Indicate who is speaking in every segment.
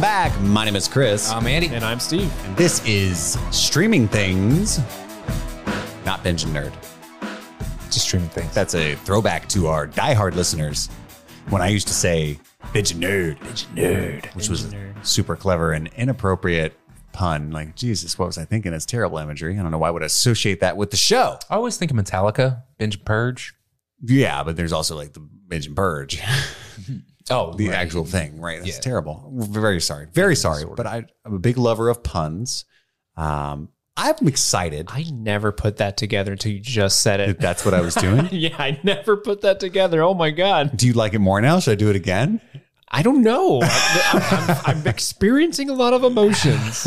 Speaker 1: back. My name is Chris.
Speaker 2: Um,
Speaker 3: I'm Andy.
Speaker 2: And I'm Steve.
Speaker 1: and this is Streaming Things, not Binge and Nerd.
Speaker 3: Just streaming things.
Speaker 1: That's a throwback to our diehard listeners when I used to say Binge and Nerd, Binge and Nerd, which was a super clever and inappropriate pun. Like, Jesus, what was I thinking? That's terrible imagery. I don't know why I would associate that with the show.
Speaker 3: I always think of Metallica, Binge Purge.
Speaker 1: Yeah, but there's also like the Binge and Purge.
Speaker 3: Oh,
Speaker 1: the actual thing, right? That's
Speaker 3: Yeah.
Speaker 1: terrible. Very sorry. Very sorry. But I, I'm a big lover of puns. Um, I'm excited
Speaker 2: I never put that together until you just said
Speaker 1: that
Speaker 2: it.
Speaker 1: that's what I was doing.
Speaker 2: yeah, I never put that together. Oh my God.
Speaker 1: Do you like it more now? Should I do it again?
Speaker 2: I don't know. I'm, I'm- I'm experiencing a lot of emotions.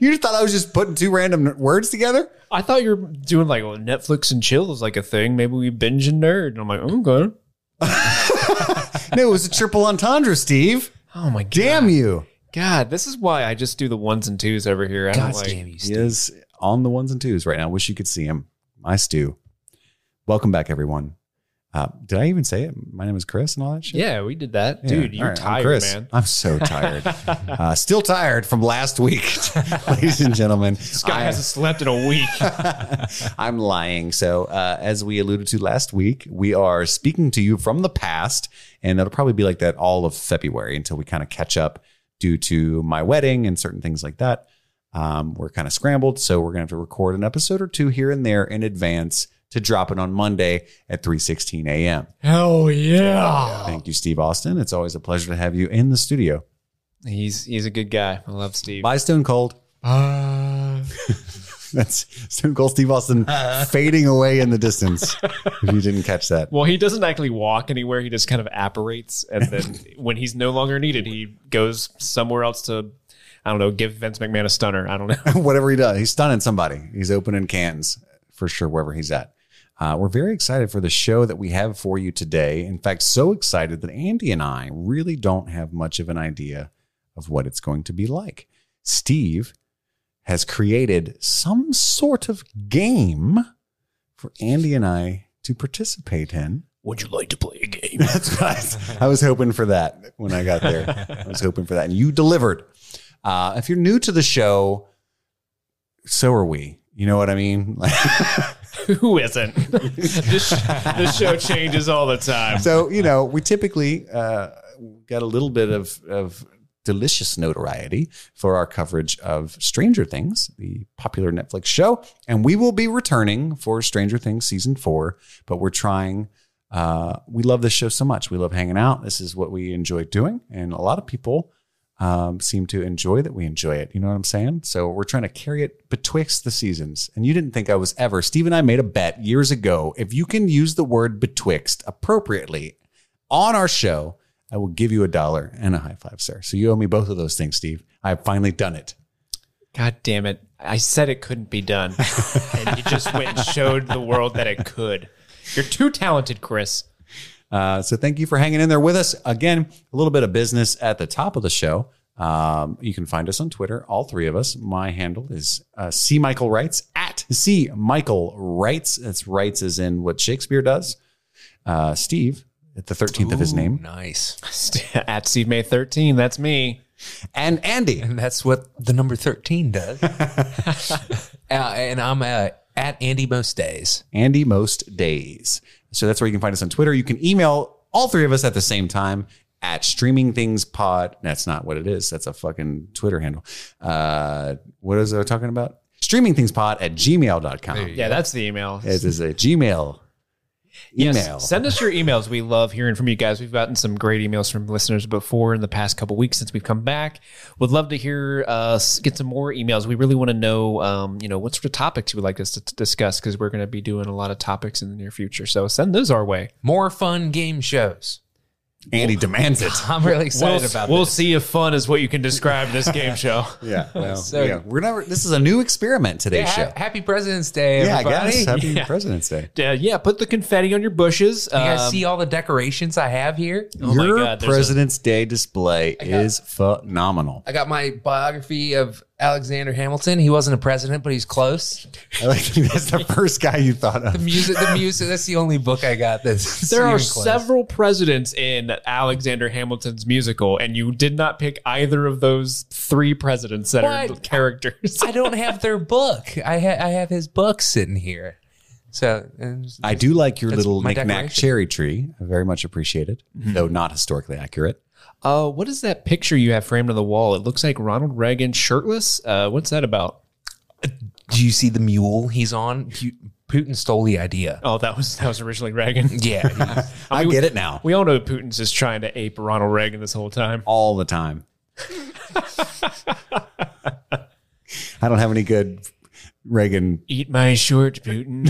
Speaker 1: You just thought I was just putting two random words together?
Speaker 2: I thought you were doing like well, Netflix and chill is like a thing. Maybe we binge and nerd. And I'm like, okay.
Speaker 1: No, it was a triple entendre, Steve.
Speaker 2: Oh my God.
Speaker 1: Damn you.
Speaker 2: God, this is why I just do the ones and twos over here. I don't
Speaker 3: God
Speaker 2: like,
Speaker 3: damn you,
Speaker 1: He
Speaker 3: Steve.
Speaker 1: is on the ones and twos right now. Wish you could see him. My Stu. Welcome back, everyone. Uh, did I even say it? My name is Chris and all that shit.
Speaker 2: Yeah, we did that.
Speaker 1: Yeah.
Speaker 2: Dude,
Speaker 1: All
Speaker 2: you're
Speaker 1: right, I'm
Speaker 2: tired,
Speaker 1: Chris.
Speaker 2: man.
Speaker 1: I'm so tired. uh, still tired from last week, ladies and gentlemen.
Speaker 2: This guy hasn't slept in a week.
Speaker 1: I'm lying. So, uh, as we alluded to last week, we are speaking to you from the past, and it'll probably be like that all of February until we kind of catch up due to my wedding and certain things like that. Um, we're kind of scrambled, so we're going to have to record an episode or two here and there in advance to drop it on Monday at 3:16 a.m.
Speaker 2: Hell yeah.
Speaker 1: Thank you, Steve Austin. It's always a pleasure to have you in the studio.
Speaker 2: He's he's a good guy. I love Steve.
Speaker 1: By Stone Cold.
Speaker 2: Uh,
Speaker 1: That's Stone Cold Steve Austin fading away in the distance. if you didn't catch that.
Speaker 2: Well, he doesn't actually walk anywhere. He just kind of apparates, and then when he's no longer needed, he goes somewhere else to, I don't know, give Vince McMahon a stunner. I don't know.
Speaker 1: Whatever he does, he's stunning somebody. He's opening cans for sure, wherever he's at. Uh, we're very excited for the show that we have for you today. In fact, so excited that Andy and I really don't have much of an idea of what it's going to be like. Steve has created some sort of game for Andy and I to participate in.
Speaker 2: Would you like to play a game?
Speaker 1: That's what I was, I was hoping for that when I got there. I was hoping for that, and you delivered. Uh, if you're new to the show, so are we. You know what I mean?
Speaker 2: Who isn't? this, this show changes all the time.
Speaker 1: so you know, we typically uh, got a little bit of of delicious notoriety for our coverage of Stranger Things, the popular Netflix show, and we will be returning for Stranger Things season four. But we're trying. Uh, we love this show so much. We love hanging out. This is what we enjoy doing, and a lot of people um, seem to enjoy that we enjoy it. You know what I'm saying? So we're trying to carry it betwixt the seasons. And you didn't think I was ever. Steve and I made a bet years ago. If you can use the word betwixt appropriately on our show, I will give you a dollar and a high five, sir. So you owe me both of those things, Steve. I have finally done it.
Speaker 2: God damn it! I said it couldn't be done, and you just went and showed the world that it could. You're too talented, Chris.
Speaker 1: Uh, so thank you for hanging in there with us. Again, a little bit of business at the top of the show. Um, you can find us on Twitter, all three of us. My handle is uh, C Michael Writes at C Michael Writes. That's Writes as in what Shakespeare does. Uh, Steve at the thirteenth of his name,
Speaker 3: Nice.
Speaker 2: At Steve May 13, that's me.
Speaker 1: and Andy.
Speaker 3: And that's what the number 13 does. uh, and I'm uh, at Andy most days.
Speaker 1: Andy most days. So that's where you can find us on Twitter. You can email all three of us at the same time at streaming things pod. That's not what it is. That's a fucking Twitter handle. Uh, what is I talking about? Streaming things pod at gmail.com.
Speaker 2: Yeah, that's the email.
Speaker 1: It is a Gmail email.
Speaker 2: Yes, Send us your emails. We love hearing from you guys. We've gotten some great emails from listeners before in the past couple weeks since we've come back. Would love to hear us get some more emails. We really want to know, um, you know, what sort of topics you would like us to t- discuss because we're going to be doing a lot of topics in the near future. So send those our way.
Speaker 3: More fun game shows.
Speaker 1: Andy demands it.
Speaker 3: I'm really excited
Speaker 2: we'll
Speaker 3: about
Speaker 2: we'll
Speaker 3: this.
Speaker 2: see if fun is what you can describe this game show.
Speaker 1: Yeah. Well,
Speaker 3: So-
Speaker 1: yeah. We're never, this is a new experiment today's
Speaker 3: Yeah, ha-
Speaker 1: show.
Speaker 3: happy President's Day,
Speaker 1: Yeah,
Speaker 3: everybody.
Speaker 1: guys. Happy
Speaker 2: Yeah.
Speaker 1: President's Day.
Speaker 2: Uh, yeah, put the confetti on your bushes.
Speaker 3: You guys
Speaker 2: Um,
Speaker 3: see all the decorations I have here?
Speaker 2: Oh my
Speaker 1: Your
Speaker 2: God, there's a-
Speaker 1: President's Day display is phenomenal.
Speaker 3: I got my biography of Alexander Hamilton. He wasn't a president, but he's close.
Speaker 1: I like that that's the first guy you thought
Speaker 3: The
Speaker 1: of.
Speaker 3: music, the music. That's the only book I got. That's
Speaker 2: There are
Speaker 3: even close.
Speaker 2: several presidents in Alexander Hamilton's musical, and you did not pick either of those three presidents that are
Speaker 3: What?
Speaker 2: characters.
Speaker 3: I don't have their book. I ha- I have his book sitting here. So and
Speaker 1: I do like your
Speaker 3: That's
Speaker 1: little
Speaker 3: my
Speaker 1: knickknack
Speaker 3: decoration.
Speaker 1: cherry tree. I very much appreciate it, though not historically accurate.
Speaker 2: Uh, what is that picture you have framed on the wall? It looks like Ronald Reagan shirtless. Uh, what's that about?
Speaker 3: do you see the mule he's on? Pu- Putin stole the idea.
Speaker 2: Oh, that was that was originally Reagan.
Speaker 3: Yeah, he-
Speaker 1: I,
Speaker 2: mean,
Speaker 1: get it now
Speaker 2: We all know Putin's just trying to ape Ronald Reagan this whole time.
Speaker 1: all the time. I don't have any good Reagan.
Speaker 2: Eat my shorts, Putin.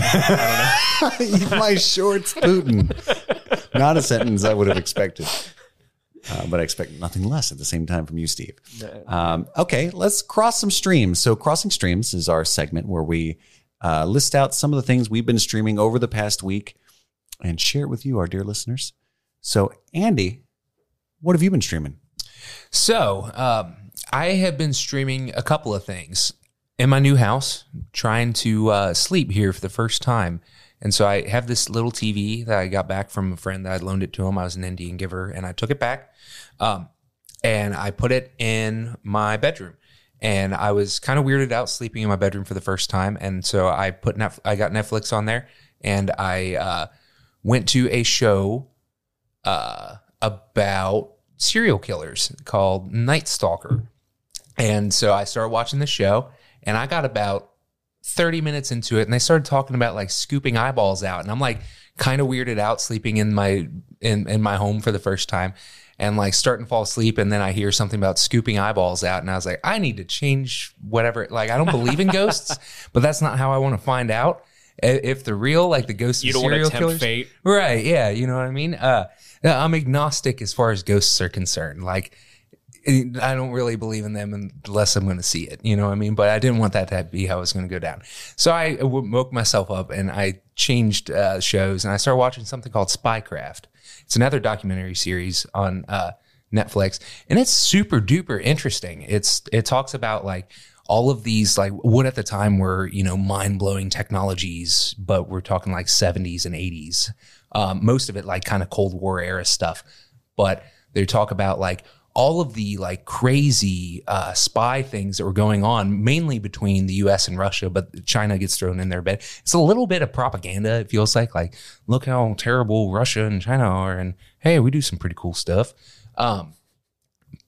Speaker 1: Eat my shorts, Putin. Not a sentence I would have expected, uh, but I expect nothing less at the same time from you, Steve. Um, okay, let's cross some streams. So, crossing streams is our segment where we uh, list out some of the things we've been streaming over the past week and share it with you, our dear listeners. So, Andy, what have you been streaming?
Speaker 3: So, um, I have been streaming a couple of things in my new house, trying to uh, sleep here for the first time. And so I have this little TV that I got back from a friend that I loaned it to him. I was an Indian giver, and I took it back, um, and I put it in my bedroom. And I was kind of weirded out sleeping in my bedroom for the first time, and so I put Netf- I got Netflix on there, and I uh, went to a show uh, about serial killers called Night Stalker. And so I started watching the show and I got about 30 minutes into it and they started talking about like scooping eyeballs out and I'm like kind of weirded out sleeping in my in in my home for the first time and like starting to fall asleep and then I hear something about scooping eyeballs out and I was like I need to change whatever like I don't believe in ghosts but that's not how I want to find out i- if they're real like the ghosts
Speaker 2: You
Speaker 3: of
Speaker 2: don't want to
Speaker 3: serial
Speaker 2: tempt
Speaker 3: killers
Speaker 2: fate.
Speaker 3: Right. Yeah. You know what I mean? Uh, I'm agnostic as far as ghosts are concerned. Like, I don't really believe in them unless I'm going to see it. You know what I mean? But I didn't want that to be how it was going to go down. So I w- woke myself up and I changed uh, shows and I started watching something called Spycraft. It's another documentary series on uh, Netflix, and it's super duper interesting. It's it talks about like all of these like what at the time were you know mind blowing technologies, but we're talking like 70s and 80s. Um, most of it like kind of Cold War era stuff, but they talk about like all of the like crazy uh, spy things that were going on, mainly between the U.S. and Russia, but China gets thrown in there. But it's a little bit of propaganda. It feels like like look how terrible Russia and China are, and hey, we do some pretty cool stuff. Um,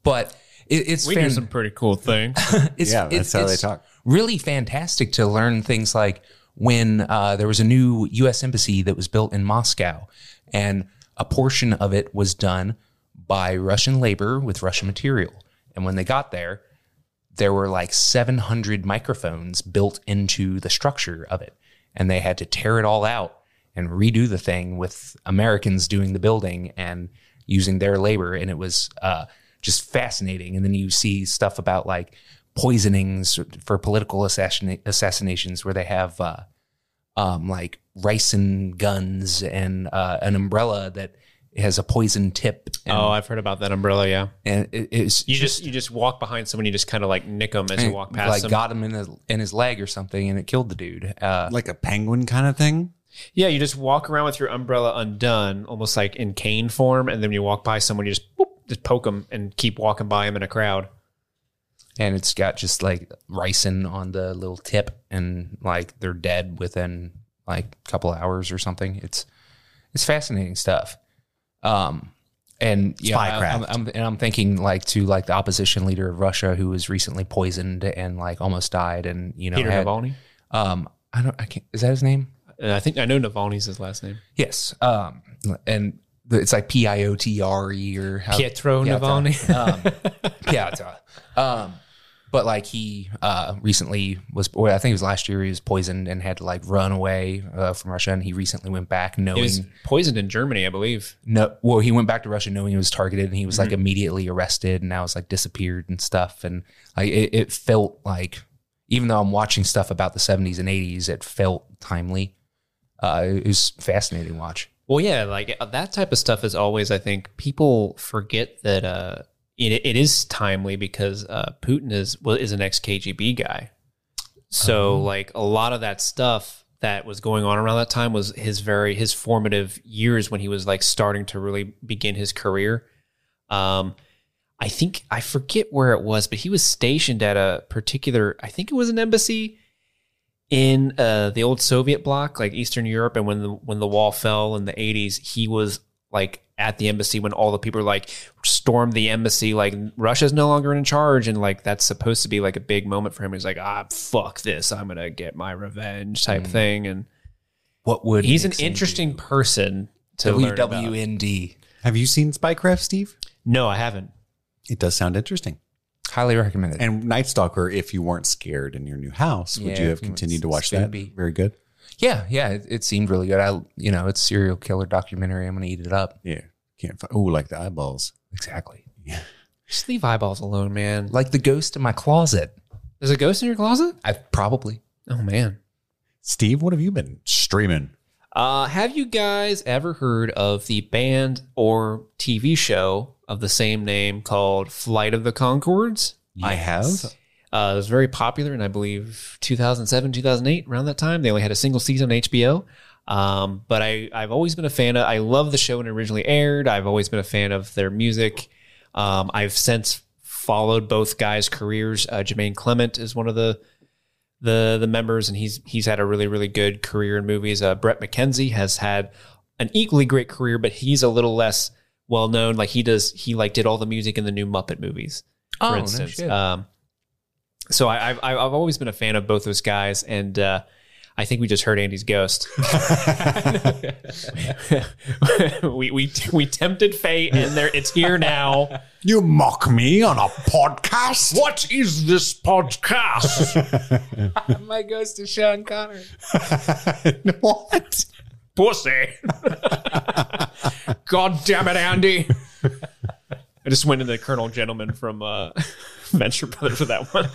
Speaker 3: but it, it's
Speaker 2: We do
Speaker 3: fan-
Speaker 2: some pretty cool things.
Speaker 3: it's,
Speaker 1: yeah, that's
Speaker 3: it's-
Speaker 1: how they
Speaker 3: it's
Speaker 1: talk.
Speaker 3: Really fantastic to learn things like when uh, there was a new U.S. embassy that was built in Moscow, and a portion of it was done by Russian labor with Russian material. And when they got there, there were like 700 microphones built into the structure of it, and they had to tear it all out and redo the thing with Americans doing the building and using their labor. And it was uh, just fascinating. And then you see stuff about like poisonings for political assassina- assassinations where they have uh, um, like ricin guns and uh, an umbrella that has a poison tip. And,
Speaker 2: oh, I've heard about that umbrella. Yeah,
Speaker 3: and it, it's
Speaker 2: you just you just walk behind someone, you just kind of like nick them as you walk past
Speaker 3: like
Speaker 2: them.
Speaker 3: got him in, his in his leg or something and it killed the dude. Uh,
Speaker 1: Like a penguin kind of thing.
Speaker 2: yeah, you just walk around with your umbrella undone, almost like in cane form, and then you walk by someone, you just boop, just poke them and keep walking by them in a crowd.
Speaker 3: and it's got just like ricin on the little tip and like they're dead within like a couple hours or something it's it's fascinating stuff um and yeah I,
Speaker 1: Spycraft.
Speaker 3: I'm, I'm- and i'm thinking like to like the opposition leader of russia who was recently poisoned and like almost died and you know
Speaker 2: Peter
Speaker 3: had-
Speaker 2: Navalny.
Speaker 3: um i don't i can't is that his name
Speaker 2: Uh, I think I know Navalny's his last name.
Speaker 3: yes um and it's like p-i-o-t-r-e E or how,
Speaker 2: Pietro Navalny.
Speaker 3: um, Piazza. Um, but like he uh, recently was, well, I think it was last year, he was poisoned and had to like run away uh, from Russia. And he recently went back knowing,
Speaker 2: He was poisoned in Germany, I believe.
Speaker 3: no, well, he went back to Russia knowing he was targeted and he was
Speaker 2: Mm-hmm.
Speaker 3: like immediately arrested and now it's like disappeared and stuff. And like it, it felt like, even though I'm watching stuff about the 70s and 80s, it felt timely. Uh, it was fascinating to watch.
Speaker 2: Well, yeah, like uh, that type of stuff is always, I think, people forget that, uh, it, it is timely because uh, Putin is well, is an ex KGB guy, so like a lot of that stuff that was going on around that time was his very his formative years when he was like starting to really begin his career. Um, I think I forget where it was, but he was stationed at a particular. I think it was an embassy in uh, the old Soviet bloc, like Eastern Europe. And when the when the wall fell in the eighties, he was like at the embassy when all the people were like stormed the embassy, like Russia's no longer in charge, and like that's supposed to be like a big moment for him. He's like, ah, fuck this, I'm gonna get my revenge type
Speaker 3: Mm.
Speaker 2: thing. And
Speaker 3: What would
Speaker 2: he's an
Speaker 3: Nixon
Speaker 2: interesting
Speaker 3: do?
Speaker 2: person to learn about.
Speaker 3: WWND.
Speaker 1: Have you seen Spycraft, Steve?
Speaker 2: No, I haven't.
Speaker 1: It does sound interesting.
Speaker 3: Highly recommended.
Speaker 1: And Night Stalker, if you weren't scared in your new house, would you
Speaker 3: Yeah, if
Speaker 1: have
Speaker 3: you weren't
Speaker 1: continued to watch that?
Speaker 3: spoopy.
Speaker 1: Very good.
Speaker 3: yeah, yeah, it, it seemed really good. I, you know, it's serial killer documentary. I'm gonna eat it up.
Speaker 1: Yeah. Can't find, oh, like the eyeballs.
Speaker 3: Exactly.
Speaker 2: Just leave eyeballs alone, man.
Speaker 3: Like the ghost in my closet.
Speaker 2: There's a ghost in your closet?
Speaker 3: I probably.
Speaker 2: Oh man.
Speaker 1: Steve, what have you been streaming?
Speaker 2: Uh, have you guys ever heard of the band or TV show of the same name called Flight of the Concords?
Speaker 1: I have.
Speaker 2: Uh, it was very popular in, I believe, 2007, 2008, around that time. They only had a single season on HBO. Um, but I, I've always been a fan of, I love the show when it originally aired. I've always been a fan of their music. Um, I've since followed both guys' careers. Uh, Jermaine Clement is one of the, the, the members, and he's, he's had a really, really good career in movies. Uh, Brett McKenzie has had an equally great career, but he's a little less well known. Like he does, he like did all the music in the new Muppet movies
Speaker 3: Oh,
Speaker 2: for instance.
Speaker 3: Uh,
Speaker 2: um, so I, I've I've always been a fan of both those guys, and uh, I think we just heard Andy's ghost. we we we tempted fate, and there it's here now.
Speaker 1: You mock me on a podcast?
Speaker 4: What is this podcast?
Speaker 3: My ghost is Sean Connor.
Speaker 1: what?
Speaker 4: Pussy.
Speaker 2: God damn it, Andy! I just went into Colonel Gentleman from uh, Venture Brothers for that one.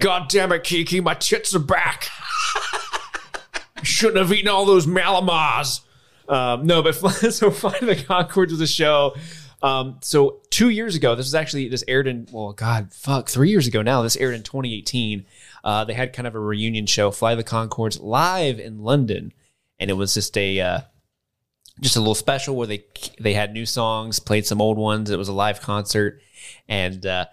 Speaker 4: God damn it, Kiki, my tits are back. I shouldn't have eaten all those Malamars.
Speaker 2: Um, no, but Fly- so Flight of the Concords was a show. Um, so two years ago, this was actually this aired in well, God, fuck, three years ago now. This aired in 2018. Uh, they had kind of a reunion show, Fly of the Concords, live in London, and it was just a uh, just a little special where they they had new songs, played some old ones. It was a live concert, and uh,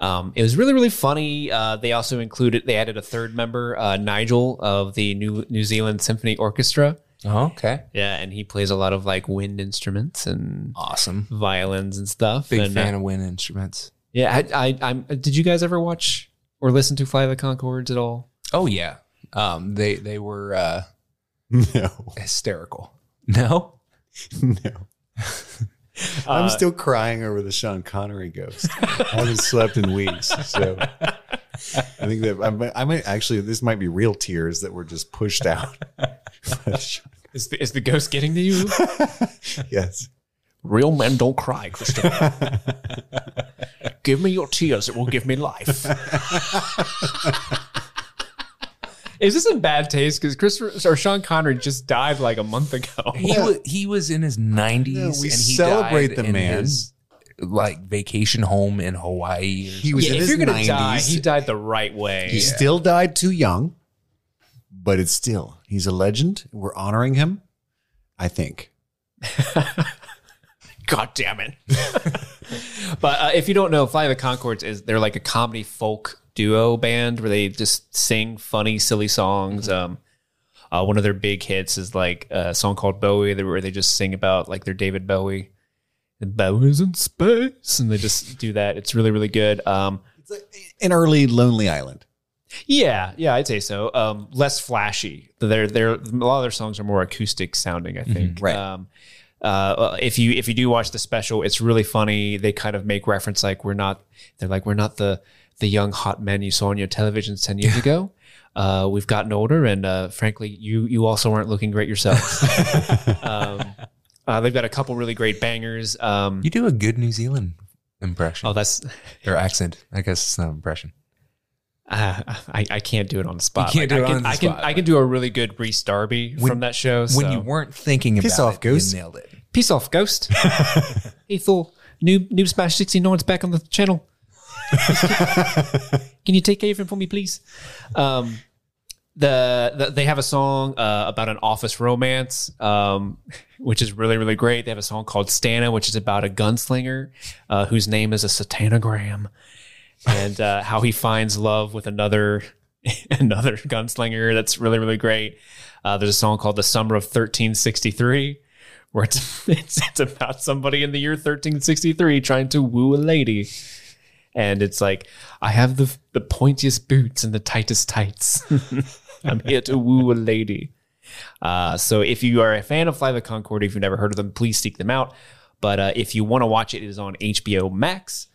Speaker 2: um, it was really really funny. Uh, they also included they added a third member, uh, Nigel of the New New Zealand Symphony Orchestra.
Speaker 3: oh, okay.
Speaker 2: Yeah, and he plays a lot of like wind instruments and
Speaker 3: Awesome.
Speaker 2: violins and stuff.
Speaker 3: Big
Speaker 2: and, uh,
Speaker 3: fan of wind instruments.
Speaker 2: yeah, I, I, I'm. Did you guys ever watch or listen to Fly the Concords at all?
Speaker 3: Oh yeah. Um, they they were uh,
Speaker 1: No,
Speaker 3: hysterical. No.
Speaker 1: no. I'm
Speaker 2: Uh,
Speaker 1: still crying over the Sean Connery ghost. I haven't slept in weeks, so I think that I might, I might actually this might be real tears that were just pushed out.
Speaker 2: Is the, is the ghost getting to you?
Speaker 1: yes,
Speaker 4: Real men don't cry, Christopher. give me your tears, it will give me life.
Speaker 2: is this in bad taste? Because Christopher or Sean Connery just died like a month ago.
Speaker 3: He was he was in his nineties.
Speaker 1: No, we
Speaker 3: and he
Speaker 1: celebrate
Speaker 3: died
Speaker 1: the
Speaker 3: in
Speaker 1: man.
Speaker 3: his, like vacation home in Hawaii. or-
Speaker 1: he was
Speaker 2: yeah,
Speaker 1: in
Speaker 2: if
Speaker 1: his
Speaker 2: you're gonna
Speaker 1: 90s.
Speaker 2: die, he
Speaker 1: he
Speaker 2: died the right way.
Speaker 1: still died too young, but it's still he's a legend. We're honoring him, I think.
Speaker 4: God damn it.
Speaker 2: But uh, if you don't know, Fly the Concords is they're like a comedy folk duo band where they just sing funny, silly songs. Um, uh, one of their big hits is like a song called Bowie, that- where they just sing about like their David Bowie. And Bowie's in space, and they just do that. It's really, really good. Um,
Speaker 1: It's like an early Lonely Island.
Speaker 2: yeah, yeah, I'd say so. Um, less flashy. They're, they're, a lot of their songs are more acoustic sounding, I think.
Speaker 1: Right.
Speaker 2: Um, uh, if you if you do watch the special, it's really funny. They kind of make reference like we're not. They're like we're not the the young hot men you saw on your television ten years ago. Uh, we've gotten older, and uh, frankly, you you also weren't looking great yourselves. um, uh, they've got a couple really great bangers. Um,
Speaker 3: You do a good New Zealand impression
Speaker 2: oh, that's
Speaker 3: or accent. I guess it's not an impression.
Speaker 2: Uh, I, I can't do it on the spot.
Speaker 3: can't do
Speaker 2: I
Speaker 3: it
Speaker 2: can,
Speaker 3: on the
Speaker 2: I can,
Speaker 3: spot,
Speaker 2: I can do a really good Reese Darby
Speaker 3: When-
Speaker 2: from that show.
Speaker 3: When
Speaker 2: so-
Speaker 3: you weren't thinking
Speaker 1: Piss
Speaker 3: about
Speaker 1: off,
Speaker 3: it,
Speaker 1: goose.
Speaker 3: you nailed it.
Speaker 2: peace off, Ghost. Ethel. Noob, Noob Smash 60, no one's back on the channel. Can you take care of him for me, please? Um, the, the they have a song uh, about an office romance, um, which is really really great. They have a song called "Stana," which is about a gunslinger uh, whose name is a satanogram, and uh, how he finds love with another another gunslinger. That's really really great. Uh, there's a song called "The Summer of 1363." Where it's, it's it's about somebody in the year 1363 trying to woo a lady and it's like I have the the pointiest boots and the tightest tights. I'm here to woo a lady. Uh, so if you are a fan of Fly the Concord, if you've never heard of them, please seek them out. But uh, if you want to watch it, it is on HBO Max,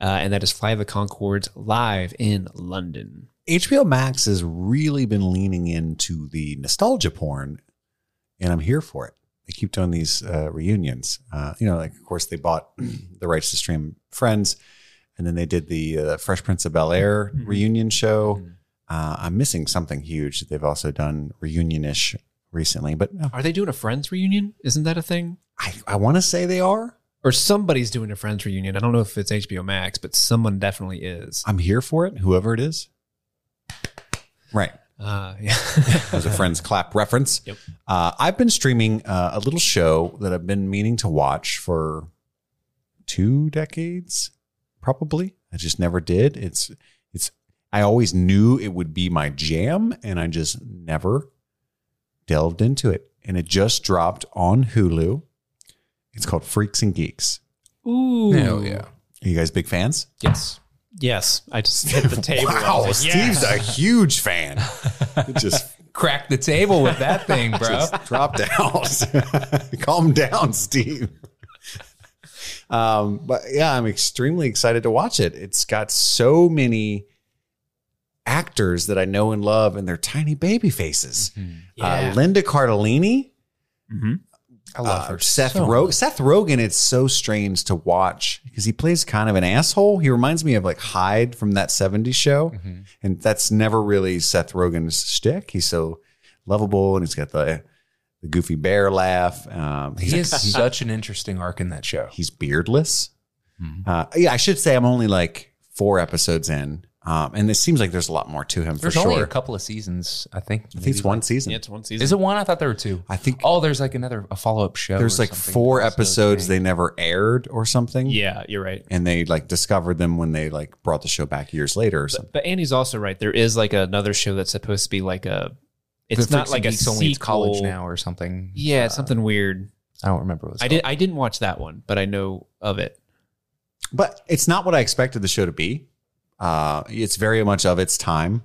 Speaker 2: uh, and that is Fly the Concords live in London.
Speaker 1: HBO Max has really been leaning into the nostalgia porn, and I'm here for it. They keep doing these uh, reunions. Uh, you know, like of course they bought the rights to stream Friends, and then they did the uh, Fresh Prince of Bel Air
Speaker 2: Mhm.
Speaker 1: reunion show. Uh, I'm missing something huge that they've also done reunion ish recently, but no,
Speaker 2: Are they doing a Friends reunion? Isn't that a thing?
Speaker 1: I, I want to say they are.
Speaker 2: Or somebody's doing a Friends reunion. I don't know if it's HBO Max, but someone definitely is.
Speaker 1: I'm here for it, whoever it is. Right.
Speaker 2: Uh, yeah.
Speaker 1: as a friend's clap reference.
Speaker 2: Yep.
Speaker 1: Uh, I've been streaming uh, a little show that I've been meaning to watch for two decades, probably. I just never did. It's it's. I always knew it would be my jam, and I just never delved into it. And it just dropped on Hulu. It's called Freaks and Geeks.
Speaker 2: Ooh.
Speaker 3: Hell yeah.
Speaker 1: Are you guys big fans?
Speaker 3: Yes.
Speaker 2: Yes, I just hit the table. I was like,
Speaker 1: Steve's a huge fan. It just
Speaker 3: Crack the table with that thing, bro.
Speaker 1: Just dropped out. Calm down, Steve. Um, but yeah, I'm extremely excited to watch it. It's got so many actors that I know and love, and their tiny baby faces. Uh, Linda Cardellini,
Speaker 3: I
Speaker 1: uh, Seth Rogen. Seth Rogen. It's so strange to watch because he plays kind of an asshole. He reminds me of like Hyde from that '70s show,
Speaker 3: Mm-hmm.
Speaker 1: and that's never really Seth Rogen's shtick. He's so lovable, and he's got the the goofy bear laugh. Um, he's
Speaker 3: He is such an interesting arc in that show.
Speaker 1: he's beardless.
Speaker 3: Mm-hmm.
Speaker 1: Uh, yeah, I should say I'm only like four episodes in, um, and it seems like there's a lot more to him
Speaker 3: There's
Speaker 1: for
Speaker 3: only
Speaker 1: sure.
Speaker 3: a couple of seasons, I think.
Speaker 1: I think it's one season.
Speaker 2: Yeah, it's one season.
Speaker 3: Is it one? I thought there were two.
Speaker 1: I think
Speaker 3: Oh, there's like another a follow up show.
Speaker 1: there's
Speaker 3: or
Speaker 1: like
Speaker 3: something.
Speaker 1: four
Speaker 3: Episode
Speaker 1: episodes
Speaker 3: thing.
Speaker 1: they never aired or something.
Speaker 2: yeah, you're right.
Speaker 1: and they like discovered them when they like brought the show back years later or something.
Speaker 2: But Annie's also right. There is like another show that's supposed to be like a. It's
Speaker 3: The
Speaker 2: not
Speaker 3: Freaks
Speaker 2: like a
Speaker 3: and Geeks only it's
Speaker 2: sequel.
Speaker 3: college now or something.
Speaker 2: Yeah,
Speaker 1: Uh,
Speaker 2: it's something weird.
Speaker 3: I don't remember. What it's
Speaker 2: I did. I didn't watch that one, but I know of it.
Speaker 1: But it's not what I expected the show to be. Uh, it's very much of its time.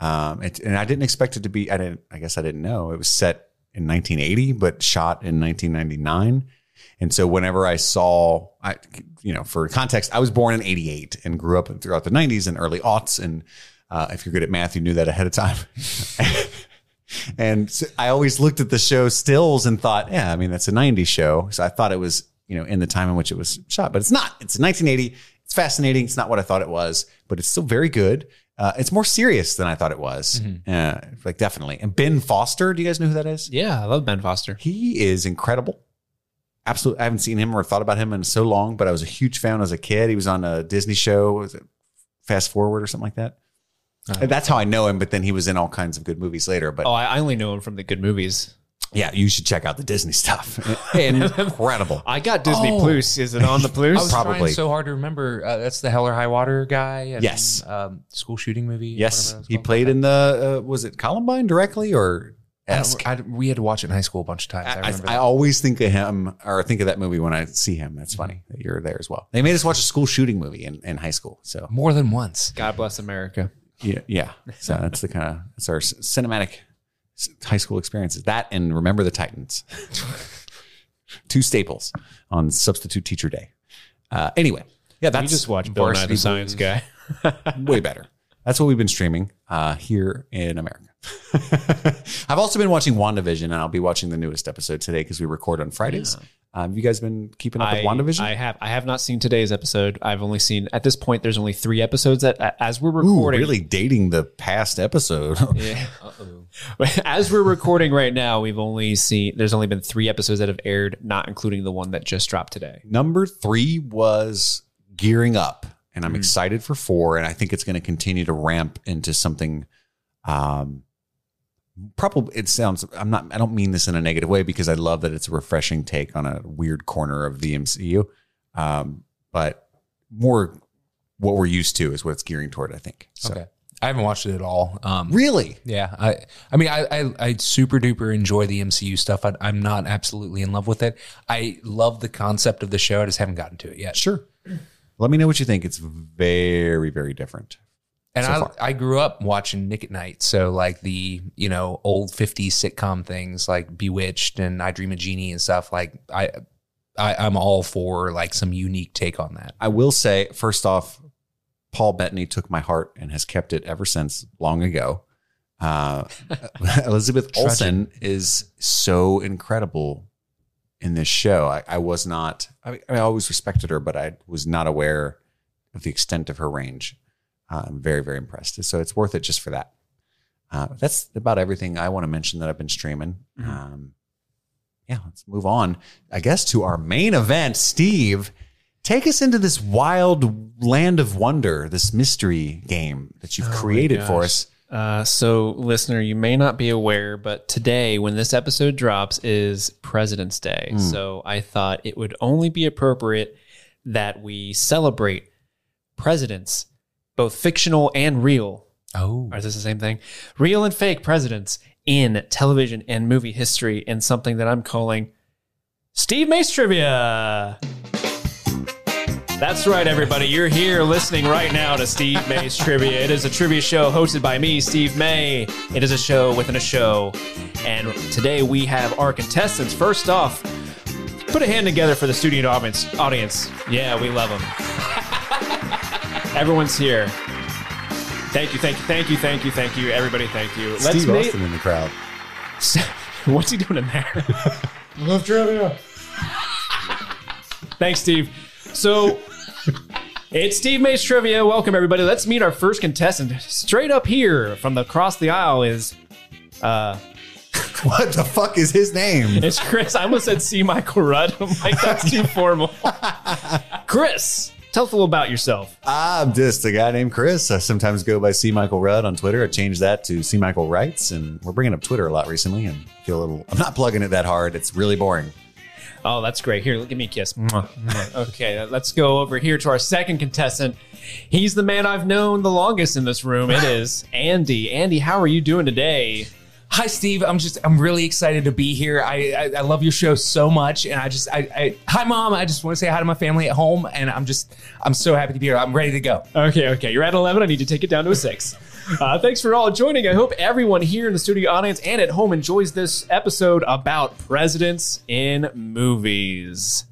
Speaker 1: Um, it, and I didn't expect it to be. I didn't. I guess I didn't know it was set in 1980, but shot in 1999. And so whenever I saw, I you know, for context, I was born in 88 and grew up throughout the 90s and early aughts. And uh, if you're good at math, you knew that ahead of time. and so I always looked at the show stills and thought, yeah, I mean, that's a 90s show. So I thought it was, you know, in the time in which it was shot, but it's not. It's 1980. It's fascinating. It's not what I thought it was, but it's still very good. Uh, it's more serious than I thought it was. Uh, like, definitely. And Ben Foster, do you guys know who that is?
Speaker 2: Yeah, I love Ben Foster.
Speaker 1: He is incredible. Absolutely. I haven't seen him or thought about him in so long, but I was a huge fan as a kid. He was on a Disney show, was it Fast Forward or something like that?
Speaker 3: Oh.
Speaker 1: And That's how I know him, but then he was in all kinds of good movies later. But
Speaker 2: Oh, I, I only know him from the good movies.
Speaker 1: yeah, you should check out the Disney stuff. incredible.
Speaker 2: I got Disney
Speaker 3: Oh.
Speaker 2: Plus. Is it on the
Speaker 3: I was
Speaker 2: Plus?
Speaker 1: Probably.
Speaker 3: trying so hard to remember. Uh, that's the Hell or High Water guy. and,
Speaker 1: Yes.
Speaker 3: Um, school shooting movie.
Speaker 1: Yes,
Speaker 3: whatever that was
Speaker 1: he
Speaker 3: called.
Speaker 1: played in the uh, was it Columbine directly or
Speaker 3: I
Speaker 1: esque?
Speaker 3: don't- I, we had to watch it in high school a bunch of times. I,
Speaker 1: I,
Speaker 3: remember.
Speaker 1: I
Speaker 3: that.
Speaker 1: always think of him or think of that movie when I see him. That's
Speaker 3: Mm-hmm.
Speaker 1: funny that you're there as well. They made us watch a school shooting movie in, in high school. So
Speaker 3: More than once.
Speaker 2: God bless America.
Speaker 1: yeah, yeah. So that's the kind of that's our c- cinematic s- high school experiences. That and Remember the Titans, two staples on Substitute Teacher Day. Uh, anyway, yeah,
Speaker 2: You
Speaker 1: that's
Speaker 2: just watch Bill Nye
Speaker 3: Varsity
Speaker 2: the Science
Speaker 3: Blues.
Speaker 2: Guy.
Speaker 1: way better. that's what we've been streaming uh, here in America. I've also been watching WandaVision, and I'll be watching the newest episode today because we record on Fridays. Um, you guys been keeping up
Speaker 2: I,
Speaker 1: with WandaVision?
Speaker 2: I have. I have not seen today's episode. I've only seen at this point. There's only three episodes that a- as we're
Speaker 1: Ooh,
Speaker 2: recording.
Speaker 1: really dating the past episode.
Speaker 2: Yeah. As we're recording right now, we've only seen there's only been three episodes that have aired, not including the one that just dropped today.
Speaker 1: Number three was gearing up, and I'm excited for four, and I think it's going to continue to ramp into something. Um, probably it sounds. I'm not. I don't mean this in a negative way because I love that it's a refreshing take on a weird corner of the MCU, um, but more what we're used to is what it's gearing toward. I think. So.
Speaker 3: Okay. I haven't watched it at all. Um,
Speaker 1: Really?
Speaker 3: Yeah, I, I mean, I, I, I super duper enjoy the MCU stuff. I, I'm not absolutely in love with it. I love the concept of the show. I just haven't gotten to it yet.
Speaker 1: Sure. Let me know what you think. It's very, very different.
Speaker 3: And
Speaker 1: So
Speaker 3: I,
Speaker 1: far.
Speaker 3: I grew up watching Nick at Night, so like the you know old '50s sitcom things like Bewitched and I Dream of Genie and stuff. Like I, I I'm all for like some unique take on that.
Speaker 1: I will say, first off, Paul Bettany took my heart and has kept it ever since long ago. Uh, Elizabeth Olsen is so incredible in this show. I, I was not, I, mean, I always respected her, but I was not aware of the extent of her range. Uh, I'm very, very impressed. So it's worth it just for that. Uh, that's about everything I want to mention that I've been streaming. Um, yeah, let's move on, I guess, to our main event. Steve, take us into this wild land of wonder, this mystery game that you've created for us.
Speaker 2: Uh, so, listener, you may not be aware, but today, when this episode drops, is President's Day. So, I thought it would only be appropriate that we celebrate presidents, both fictional and real.
Speaker 3: Oh,
Speaker 2: Or is this the same thing? Real and fake presidents in television and movie history, and something that I'm calling Steve Mace Trivia. That's right, everybody. You're here listening right now to Steve May's Trivia. It is a trivia show hosted by me, Steve May. It is a show within a show. And today we have our contestants. First off, put a hand together for the studio audience. Audience, Yeah, we love them. Everyone's here. Thank you, thank you, thank you, thank you, thank you, everybody. Thank you. Let's
Speaker 1: Steve
Speaker 2: make-
Speaker 1: Austin in the crowd.
Speaker 2: What's he doing in there? Love trivia. Thanks, Steve. So it's Steve Mays Trivia. Welcome, everybody. Let's meet our first contestant. Straight up here from the across the aisle is
Speaker 1: What the fuck is his name?
Speaker 2: it's Chris. I almost said C. Michael Rudd. I'm like, that's too formal. Chris, tell us a little about yourself.
Speaker 1: I'm just a guy named Chris. I sometimes go by C. Michael Rudd on Twitter. I changed that to C. Michael Writes, and we're bringing up Twitter a lot recently. And I feel a little. I'm not plugging it that hard. It's really boring.
Speaker 2: Oh, that's great. Here, give me a kiss. Mwah, mwah. okay, let's go over here to our second contestant. He's the man I've known the longest in this room. It is Andy. Andy, how are you doing today?
Speaker 3: hi Steve. I'm just I'm really excited to be here. I I, I love your show so much, and I just I, I hi mom. I just want to say hi to my family at home, and I'm just I'm so happy to be here. I'm ready to go.
Speaker 2: Okay, okay. You're at 11. I need to take it down to a six. Uh, thanks for all joining. I hope everyone here in the studio audience and at home enjoys this episode about presidents in movies.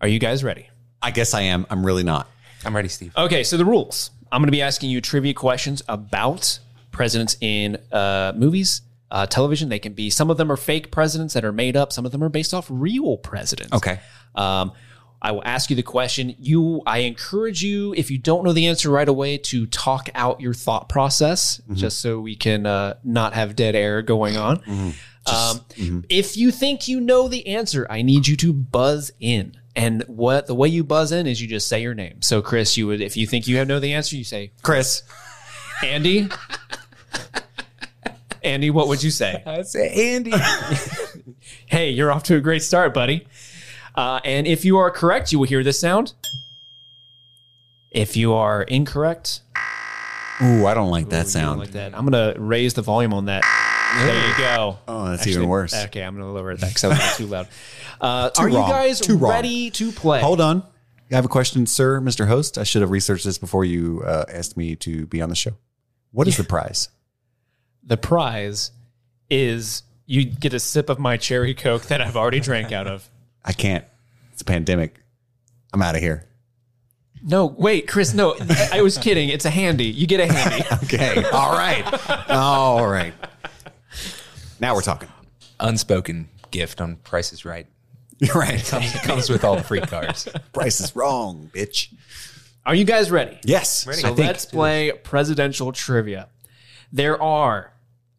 Speaker 2: Are you guys ready?
Speaker 1: I guess I am. I'm really not.
Speaker 3: I'm ready, Steve.
Speaker 2: Okay, so the rules. I'm going to be asking you trivia questions about presidents in uh, movies, uh, television. They can be some of them are fake presidents that are made up. Some of them are based off real presidents.
Speaker 1: Okay.
Speaker 2: Um, I will ask you the question. You, I encourage you, if you don't know the answer right away, to talk out your thought process, just so we can uh, not have dead air going on. Um, If you think you know the answer, I need you to buzz in. And what the way you buzz in is you just say your name. So Chris, you would if you think you have know the answer, you say
Speaker 1: Chris,
Speaker 2: Andy. Andy, what would you say?
Speaker 3: I say Uh, Andy.
Speaker 2: Hey, you're off to a great start, buddy. Uh, and if you are correct, you will hear this sound. If you are incorrect,
Speaker 1: Ooh, I don't like that
Speaker 2: you don't
Speaker 1: sound.
Speaker 2: like that. I'm gonna raise the volume on that. There you go.
Speaker 1: oh, that's even worse.
Speaker 2: Okay, I'm gonna lower it because that was a little too loud. Uh, are
Speaker 1: wrong.
Speaker 2: you guys
Speaker 1: Too wrong.
Speaker 2: ready to play?
Speaker 1: Hold on. I have a question, sir, Mr. Host. I should have researched this before you uh, asked me to be on the show. What is the prize?
Speaker 2: The prize is you get a sip of my cherry coke that I've already drank out of.
Speaker 1: I can't. It's a pandemic. I'm out of here.
Speaker 2: No, wait, Chris. No, I- I was kidding. It's a handy. You get a handy.
Speaker 1: Okay. All right. All right. Now we're talking.
Speaker 3: Unspoken gift on Price is Right.
Speaker 1: You're right.
Speaker 3: Comes, comes with all the free cars.
Speaker 1: Price is wrong, bitch.
Speaker 2: Are you guys ready?
Speaker 1: Yes.
Speaker 3: Ready.
Speaker 1: So
Speaker 2: So
Speaker 3: think-
Speaker 2: let's play presidential trivia. There are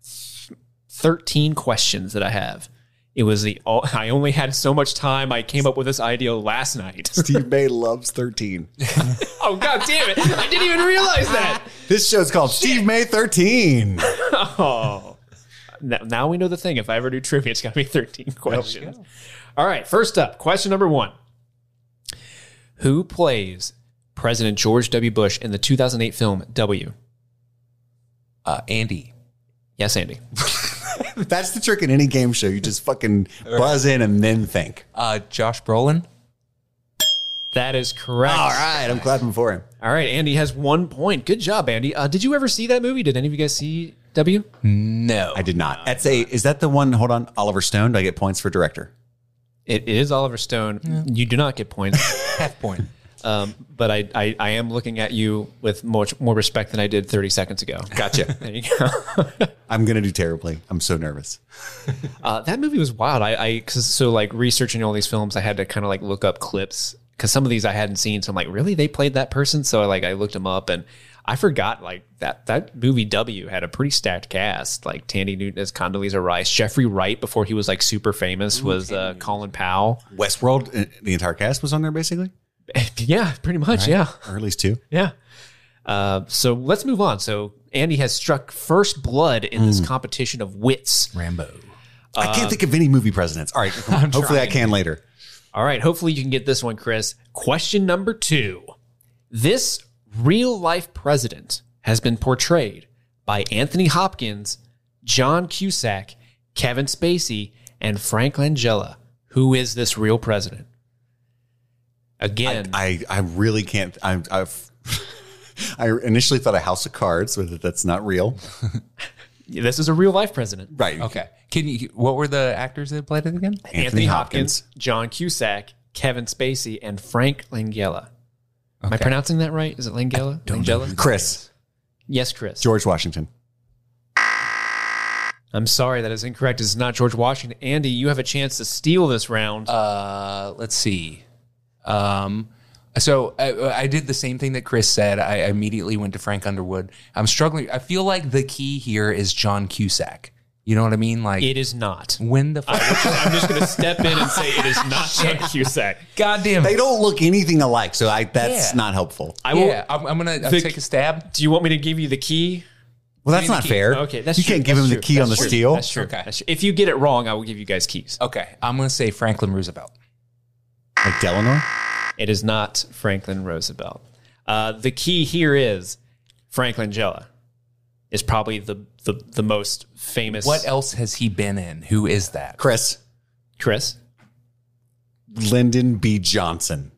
Speaker 2: th- 13 questions that I have. It was the all, I only had so much time. I came up with this idea last night.
Speaker 1: Steve May loves 13.
Speaker 2: oh god damn it. I didn't even realize that.
Speaker 1: This show's called Steve May 13.
Speaker 2: Oh. Now, now we know the thing. If I ever do trivia, it's got to be 13 questions. All right, first up, question number 1. Who plays President George W. Bush in the 2008 film W?
Speaker 3: Uh, Andy.
Speaker 2: Yes, Andy.
Speaker 1: That's the trick in any game show. You just fucking buzz in and then think.
Speaker 3: Uh, Josh Brolin.
Speaker 2: That is correct.
Speaker 1: All right. I'm clapping for him.
Speaker 2: All right, Andy has one point. Good job, Andy. Uh, did you ever see that movie? Did any of you guys see W?
Speaker 3: No.
Speaker 1: I did not. That's a, is that the one? Hold on. Oliver Stone. Do I get points for director?
Speaker 2: It is Oliver Stone. You do not get points,
Speaker 3: Half point.
Speaker 2: um, but I, I, I am looking at you with much more respect than I did 30 seconds ago.
Speaker 1: Gotcha.
Speaker 2: There you go.
Speaker 1: I'm going to do terribly. I'm so nervous.
Speaker 2: Uh, that movie was wild. I, I cause, so like researching all these films, I had to kind of like look up clips because some of these I hadn't seen. So I'm like, really, they played that person? So I like I looked them up and I forgot like that that movie W had a pretty stacked cast. Like Tandy Newton as Condoleezza Rice, Jeffrey Wright before he was like super famous was uh, Colin Powell.
Speaker 1: Westworld, uh, the entire cast was on there basically,
Speaker 2: yeah, pretty much. Yeah,
Speaker 1: or at least two.
Speaker 2: yeah. Uh, so let's move on. So Andy has struck first blood in this competition of wits.
Speaker 3: Rambo.
Speaker 1: I can't think of any movie presidents. All right. Hopefully I can later.
Speaker 2: All right, hopefully you can get this one, Chris. Question number two. This real life president has been portrayed by Anthony Hopkins, John Cusack, Kevin Spacey, and Frank Langella. Who is this real president? Again,
Speaker 1: I, I really can't. I, I've, I initially thought a House of Cards, but that's not real.
Speaker 2: this is a real life president.
Speaker 1: Right.
Speaker 3: Okay. Can you? What were the actors that played it again?
Speaker 1: Anthony, Hopkins.
Speaker 2: John Cusack, Kevin Spacey, and Frank Langella. Am I pronouncing that right? Is it Langella? Langella?
Speaker 1: Chris.
Speaker 2: Yes, Chris.
Speaker 1: George Washington.
Speaker 2: I'm sorry, that is incorrect. It's not George Washington. Andy, you have a chance to steal this round.
Speaker 3: Uh, let's see. Um, so I, I did the same thing that Chris said. I immediately went to Frank Underwood. I'm struggling. I feel like the key here is John Cusack. You know what I mean? Like
Speaker 2: it is not.
Speaker 3: when the fuck?
Speaker 2: I'm just going to step in and say it is not John Cusack.
Speaker 3: God damn
Speaker 1: They
Speaker 3: it!
Speaker 1: don't look anything alike, so I, that's
Speaker 3: Yeah.
Speaker 1: not helpful.
Speaker 2: I will.
Speaker 3: Yeah, I'm, I'm gonna I'll
Speaker 2: The-
Speaker 3: take a stab.
Speaker 2: Do you want me to give you the key?
Speaker 1: Well, that's not
Speaker 3: key.
Speaker 1: fair.
Speaker 2: Okay, that's
Speaker 1: you
Speaker 2: true.
Speaker 1: can't give
Speaker 2: That's
Speaker 1: him the
Speaker 2: true.
Speaker 1: key on the
Speaker 2: That's true.
Speaker 1: steel.
Speaker 2: That's true.
Speaker 3: Okay.
Speaker 2: That's true. If you get it wrong, I will give you guys keys.
Speaker 3: Okay, I'm gonna say Franklin Roosevelt.
Speaker 1: Like Delano.
Speaker 2: It is not Franklin Roosevelt. Uh, the key here is Franklin Jella. Is probably the, the the most famous.
Speaker 3: What else has he been in? Who is that?
Speaker 1: Chris.
Speaker 2: Chris?
Speaker 1: Lyndon B. Johnson.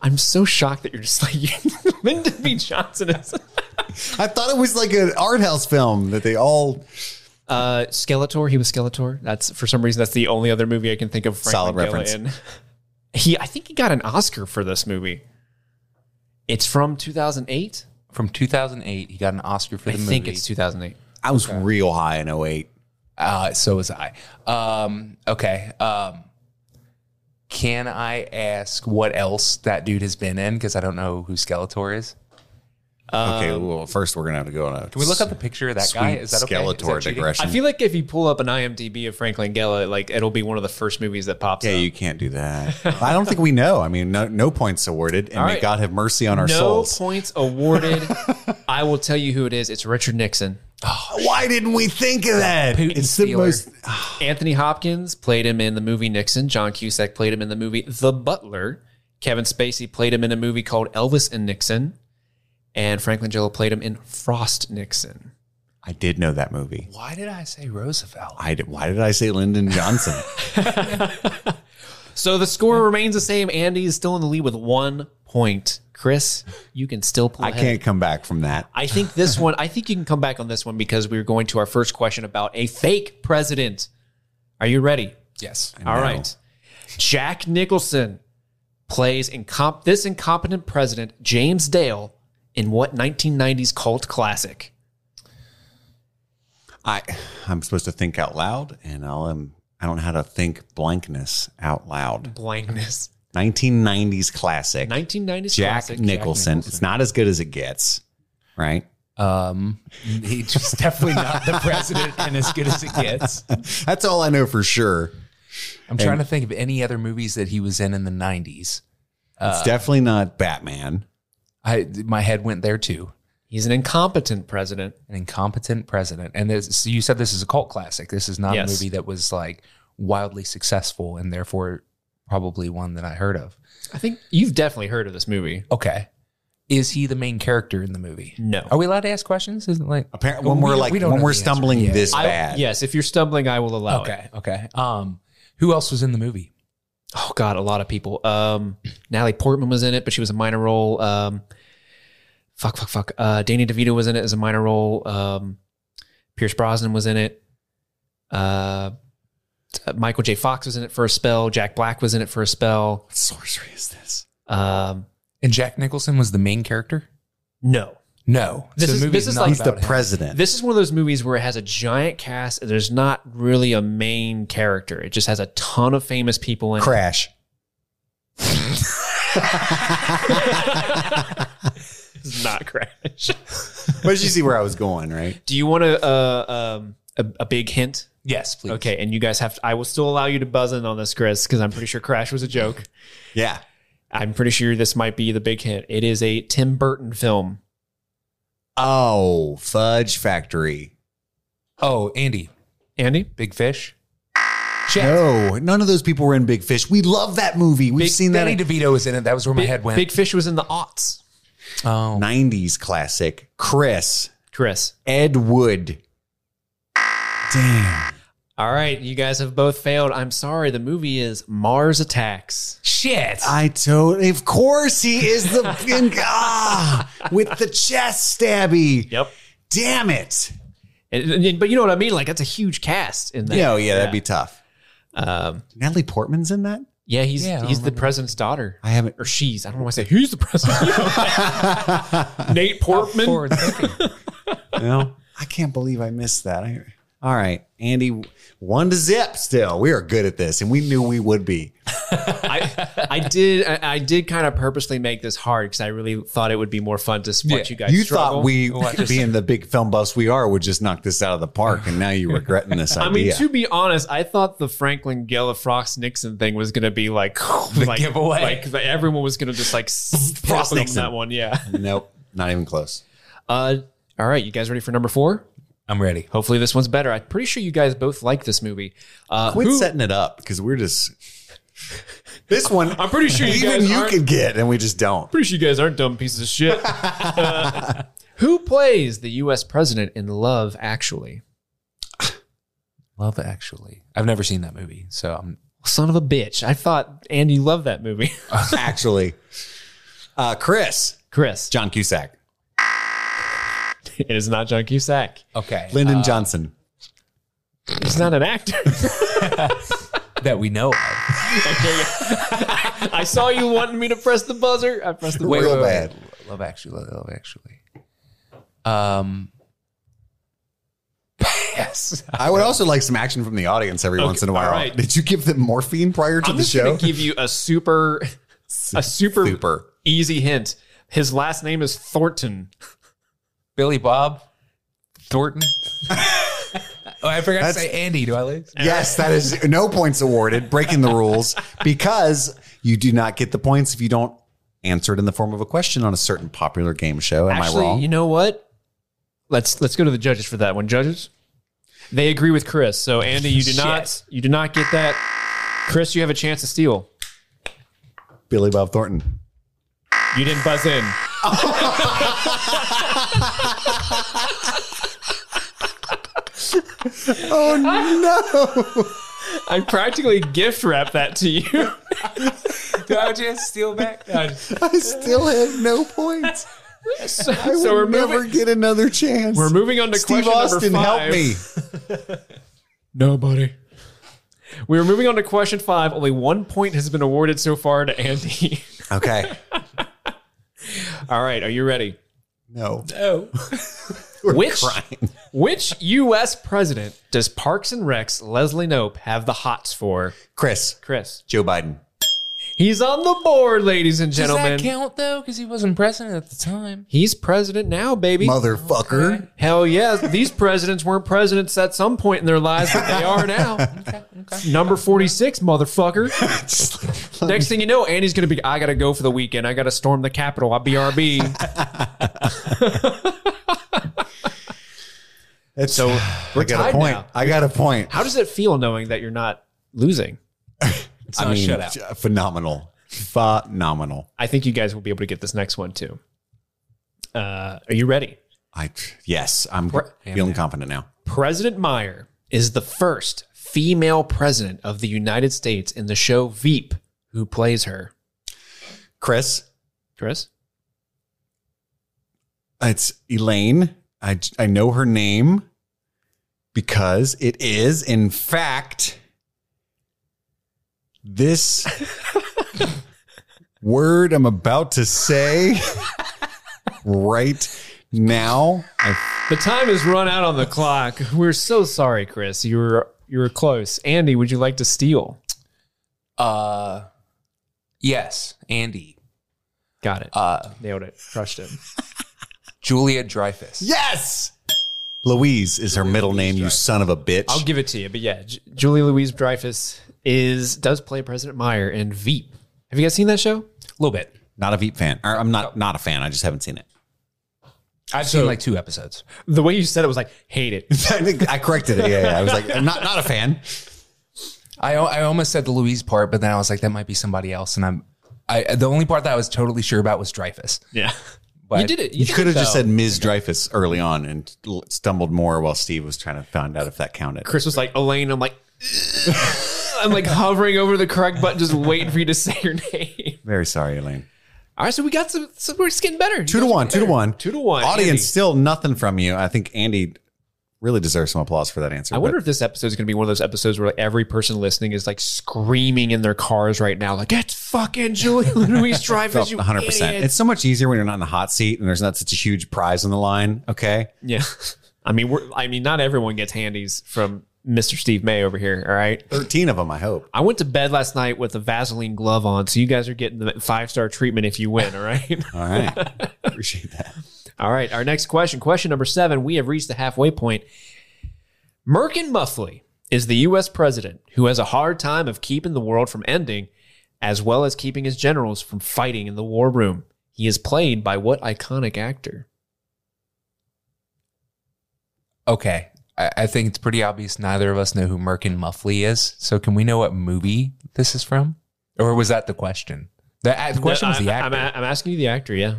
Speaker 2: I'm so shocked that you're just like Lyndon B. Johnson is.
Speaker 1: I thought it was like an art house film that they all
Speaker 2: Uh, Skeletor. He was Skeletor. That's for some reason that's the only other movie I can think of. Frank
Speaker 1: Solid
Speaker 2: Langella
Speaker 1: reference.
Speaker 2: in. He, I think he got an Oscar for this movie. It's from 2008.
Speaker 3: From 2008, he got an Oscar for
Speaker 2: I
Speaker 3: the movie.
Speaker 2: think it's 2008.
Speaker 1: I was real high in 08.
Speaker 3: Uh, so was I. Um, okay. Um, can I ask what else that dude has been in? Because I don't know who Skeletor is.
Speaker 1: okay, well, first we're gonna have to go on a
Speaker 3: Um, Can we look up a picture of that guy? Is that okay? Is that
Speaker 1: Skeletor
Speaker 3: cheating?
Speaker 1: digression.
Speaker 2: I feel like if you pull up an IMDb of Frank Langella, like it'll be one of the first movies that pops
Speaker 1: Yeah,
Speaker 2: up.
Speaker 1: you can't do that. I don't think we know. I mean, no, no points awarded, and may
Speaker 2: right.
Speaker 1: God have mercy on our
Speaker 2: no
Speaker 1: souls.
Speaker 2: points awarded. I will tell you who it is. It's Richard Nixon.
Speaker 1: Why didn't we think of that?
Speaker 3: Putin
Speaker 1: it's the
Speaker 3: stealer.
Speaker 1: most.
Speaker 2: Anthony Hopkins played him in the movie Nixon. John Cusack played him in the movie The Butler. Kevin Spacey played him in a movie called Elvis and Nixon. And Franklin Langella played him in Frost Nixon.
Speaker 1: I did know that movie.
Speaker 3: Why did I say Roosevelt?
Speaker 1: I did, why did I say Lyndon Johnson?
Speaker 2: So the score remains the same. Andy is still in the lead with one point. Chris, you can still pull
Speaker 1: I
Speaker 2: ahead.
Speaker 1: can't come back from that.
Speaker 2: I think this one, I think you can come back on this one because we're going to our first question about a fake president. Are you ready?
Speaker 3: Yes.
Speaker 2: All
Speaker 1: No.
Speaker 2: right. Jack Nicholson plays incomp- this incompetent president, James Dale, in what 1990s cult classic?
Speaker 1: I I'm supposed to think out loud, and I'll um, I don't know how to think blankness out loud.
Speaker 2: Blankness.
Speaker 1: 1990s classic.
Speaker 2: 1990s
Speaker 1: Jack,
Speaker 2: classic.
Speaker 1: Nicholson. It's not as good as it gets, right?
Speaker 3: Um, he's just definitely not the president and as good as it gets.
Speaker 1: That's all I know for sure.
Speaker 3: I'm trying to think of any other movies that he was in in the 90s. Uh,
Speaker 1: it's definitely not Batman.
Speaker 3: I my head went there too.
Speaker 2: He's an incompetent president.
Speaker 3: An incompetent president, and this, so you said this is a cult classic. This is not
Speaker 2: Yes.
Speaker 3: a movie that was like wildly successful, and therefore probably one that I heard of.
Speaker 2: I think you've definitely heard of this movie.
Speaker 3: Okay, is he the main character in the movie?
Speaker 2: No.
Speaker 3: Are we allowed to ask questions? Isn't like
Speaker 1: Apparently, when we're
Speaker 3: we-
Speaker 1: like
Speaker 3: we don't
Speaker 1: when
Speaker 3: know
Speaker 1: we're
Speaker 3: the answer.
Speaker 1: stumbling
Speaker 3: Yeah.
Speaker 1: this
Speaker 2: I-
Speaker 1: bad,
Speaker 2: yes, if you're stumbling, I will allow it.
Speaker 3: okay, okay. Um, who else was in the movie?
Speaker 2: Oh God, a lot of people. Um, Natalie Portman was in it, but she was a minor role. Um, fuck, fuck, fuck. Uh, Danny DeVito was in it as a minor role. Um, Pierce Brosnan was in it. Uh, t- Michael J. Fox was in it for a spell. Jack Black was in it for a spell.
Speaker 1: what sorcery is this?
Speaker 2: Um,
Speaker 3: And Jack Nicholson was the main character.
Speaker 2: no,
Speaker 3: No,
Speaker 2: This
Speaker 3: the
Speaker 2: is-
Speaker 3: movie's
Speaker 2: this is
Speaker 3: not
Speaker 2: like-
Speaker 1: He's the
Speaker 3: about him.
Speaker 1: president.
Speaker 2: this is one of those movies where it has a giant cast. And there's not really a main character. It just has a ton of famous people in it.
Speaker 1: Crash.
Speaker 2: It's not Crash.
Speaker 1: but you see where I was going, right?
Speaker 2: Do you want a uh, um, a, a big hint?
Speaker 3: Yes, please.
Speaker 2: Okay, and you guys have. To, I will still allow you to buzz in on this, Chris, because I'm pretty sure Crash was a joke.
Speaker 1: Yeah.
Speaker 2: I'm pretty sure this might be the big hint. It is a Tim Burton film.
Speaker 1: Oh, Fudge Factory.
Speaker 3: Oh, Andy,
Speaker 2: Andy,
Speaker 3: Big Fish.
Speaker 1: No, none of those people were in Big Fish. We love that movie. We've
Speaker 2: Big
Speaker 1: seen that
Speaker 3: Danny DeVito was in it. That was where my head went.
Speaker 2: Big Fish was in the aughts.
Speaker 3: oh,
Speaker 1: 90s classic. Chris,
Speaker 2: Chris.
Speaker 1: Ed Wood. Damn.
Speaker 2: All right, you guys have both failed. I'm sorry. The movie is Mars Attacks.
Speaker 3: shit!
Speaker 1: I totally, of course, he is the ah, with the chest stabby.
Speaker 2: Yep.
Speaker 1: Damn it.
Speaker 2: And, and- but you know what I mean? Like that's a huge cast in that.
Speaker 1: Yeah, oh, yeah, that'd be tough.
Speaker 2: Um,
Speaker 1: Natalie Portman's in that?
Speaker 2: yeah, he's
Speaker 3: Yeah, I
Speaker 2: he's the
Speaker 3: remember.
Speaker 2: president's daughter.
Speaker 1: I haven't.
Speaker 2: or she's. I don't want to say who's the president. Nate Portman.
Speaker 3: Forward thinking.
Speaker 1: No, I can't believe I missed that. I, all right, Andy, one to zip. Still, we are good at this, and we knew we would be.
Speaker 2: I, I did I, I did kind of purposely make this hard because I really thought it would be more fun to watch
Speaker 3: Yeah.
Speaker 2: you guys.
Speaker 1: you
Speaker 2: struggle.
Speaker 1: thought we, being the big film buffs we are, would just knock this out of the park, and now you're regretting this
Speaker 2: I mean,
Speaker 1: idea.
Speaker 2: to be honest, I thought the Franklin Gelafrox Nixon thing was going to be like the like,
Speaker 3: giveaway.
Speaker 2: Like the, everyone was going to just like
Speaker 1: Frost
Speaker 2: Frost Nixon
Speaker 1: Nixon.
Speaker 2: that one, yeah.
Speaker 1: nope, not even close.
Speaker 2: Uh, all right, you guys ready for number four?
Speaker 3: I'm ready.
Speaker 2: Hopefully, this one's better. I'm pretty sure you guys both like this movie. Uh,
Speaker 1: Quit
Speaker 2: who-
Speaker 1: setting it up because we're just this one.
Speaker 2: I'm pretty sure you
Speaker 1: even
Speaker 2: guys
Speaker 1: you
Speaker 2: aren't-
Speaker 1: could get, and we just don't.
Speaker 2: Pretty sure you guys aren't dumb pieces of shit. Uh, who plays the U.S. president in Love Actually?
Speaker 3: Love Actually. I've never seen that movie, so I'm.
Speaker 2: Son of a bitch! I thought Andy loved that movie.
Speaker 1: Actually, uh, Chris,
Speaker 2: Chris,
Speaker 1: John Cusack,
Speaker 2: it is not John Cusack.
Speaker 3: Okay.
Speaker 1: Lyndon
Speaker 2: Uh,
Speaker 1: Johnson.
Speaker 2: He's not an actor.
Speaker 3: that we know of.
Speaker 2: I saw you wanting me to press the buzzer. I pressed the
Speaker 1: Wait,
Speaker 2: buzzer.
Speaker 1: Real bad.
Speaker 3: Love Actually. Love Actually. Um. Pass.
Speaker 1: I would also like some action from the audience every once in a while.
Speaker 2: all right.
Speaker 1: Did you give them morphine prior to
Speaker 2: I'm
Speaker 1: the
Speaker 2: just going
Speaker 1: show?
Speaker 2: to give you a super, a super,
Speaker 1: Super.
Speaker 2: easy hint. His last name is Thornton.
Speaker 3: Billy Bob Thornton. oh, I forgot
Speaker 1: That's-
Speaker 3: to say Andy. Do I lose?
Speaker 1: Yes, that is no points awarded, breaking the rules because you do not get the points if you don't answer it in the form of a question on a certain popular game show. Am
Speaker 2: Actually,
Speaker 1: I wrong?
Speaker 2: you know what? Let's let's go to the judges for that one. Judges, they agree with Chris. So Andy, you do not you do not get that. Chris, you have a chance to steal.
Speaker 1: Billy Bob Thornton.
Speaker 2: You didn't buzz in.
Speaker 1: Oh
Speaker 2: I practically gift wrapped that to you.
Speaker 3: Do I just steal back? No, I just-
Speaker 1: no, I still have no points.
Speaker 2: so
Speaker 1: So
Speaker 2: so
Speaker 1: we'll
Speaker 2: we're
Speaker 1: never
Speaker 2: moving,
Speaker 1: get another chance.
Speaker 2: we're moving on to
Speaker 1: Steve
Speaker 2: question
Speaker 1: Austin,
Speaker 2: number five.
Speaker 1: help me.
Speaker 2: Nobody. We are moving on to question five. Only one point has been awarded so far to Andy.
Speaker 1: Okay.
Speaker 2: All right, are you ready?
Speaker 1: No.
Speaker 2: No. which which U.S. president does Parks and Recs Leslie Nope have the hots for?
Speaker 1: Chris,
Speaker 2: Chris.
Speaker 1: Joe Biden.
Speaker 2: He's on the board, ladies and
Speaker 3: Does
Speaker 2: gentlemen.
Speaker 3: that count though? Because he wasn't president at the time.
Speaker 2: He's president now, baby.
Speaker 1: Motherfucker.
Speaker 2: Hell yeah. These presidents weren't presidents at some point in their lives, but they are now. Number 46, motherfucker. Next thing you know, Andy's going to be, I got to go for the weekend. I got to storm the Capitol. I'll BRB.
Speaker 1: That's,
Speaker 2: So
Speaker 1: I got a
Speaker 2: tied
Speaker 1: point.
Speaker 2: now.
Speaker 1: I got a point.
Speaker 2: How does it feel knowing that you're not losing?
Speaker 3: It's
Speaker 1: I
Speaker 3: not
Speaker 1: mean,
Speaker 3: shut out.
Speaker 1: j- phenomenal. Phenomenal.
Speaker 2: I think you guys will be able to get this next one too. Uh, are you ready?
Speaker 1: I yes, I'm feeling confident now.
Speaker 2: President Meyer is the first female president of the United States in the show Veep. Who plays her?
Speaker 1: Chris,
Speaker 2: Chris?
Speaker 1: it's Elaine. I j- I know her name because it is in fact this word I'm about to say right now.
Speaker 2: The time has run out on the clock. We're so sorry, Chris. You were you were close. Andy, would you like to steal?
Speaker 3: Uh, yes, Andy,
Speaker 2: Got it.
Speaker 3: uh,
Speaker 2: Nailed it. Crushed it.
Speaker 3: Julia Dreyfus.
Speaker 1: Yes. Louise is her middle name, you son of a bitch.
Speaker 2: I'll give it to you. But yeah, J- Julie Louise Dreyfus is does play President Meyer in Veep. Have you guys seen that show?
Speaker 3: a little bit.
Speaker 1: not a Veep fan. Or I'm not not a fan. I just haven't seen it.
Speaker 3: I've seen like two episodes.
Speaker 2: The way you said it was like hate it.
Speaker 1: I think I corrected it. Yeah, yeah. I was like, I'm not not a fan.
Speaker 3: I I almost said the Louise part, but then I was like, that might be somebody else, and I'm. I, the only part that I was totally sure about was Dreyfus.
Speaker 2: Yeah,
Speaker 3: But
Speaker 2: you did it.
Speaker 1: You
Speaker 2: did
Speaker 1: could
Speaker 2: it,
Speaker 1: have just
Speaker 2: though.
Speaker 1: said Ms. Dreyfus early on and l- stumbled more while Steve was trying to find out if that counted.
Speaker 2: Chris was like Elaine. I'm like I'm like hovering over the correct button, just waiting for you to say your name.
Speaker 1: Very sorry, Elaine.
Speaker 2: All right, so we got some. So we're just getting better.
Speaker 1: Two to one. Two to one.
Speaker 2: Two to one.
Speaker 1: Audience,
Speaker 2: Andy.
Speaker 1: still nothing from you. I think Andy really deserves some applause for that answer.
Speaker 2: I wonder
Speaker 1: but
Speaker 2: if this episode is going to be one of those episodes where like, every person listening is like screaming in their cars right now, like "It's fucking Julie Louis
Speaker 1: Oh,
Speaker 2: Dreyfus, you
Speaker 1: 100%.
Speaker 2: idiot!"
Speaker 1: It's so much easier when you're not in the hot seat and there's not such a huge prize on the line. Okay.
Speaker 2: yeah, I mean, we're, I mean, not everyone gets handies from Mr. Steve May over here. All right,
Speaker 1: 13 of them, I hope.
Speaker 2: I went to bed last night with a Vaseline glove on, so you guys are getting the five star treatment if you win. All right,
Speaker 1: All right. Appreciate that.
Speaker 2: all right. Our next question, question number seven, we have reached the halfway point. Merkin Muffley is the U.S. president who has a hard time of keeping the world from ending, as well as keeping his generals from fighting in the war room. He is played by what iconic actor?
Speaker 3: Okay. I, I think it's pretty obvious neither of us know who Merkin Muffley is. So can we know what movie this is from? Or was that the question? The, a- the question was
Speaker 2: I'm-
Speaker 3: the actor.
Speaker 2: I'm, I'm asking you the actor. Yeah.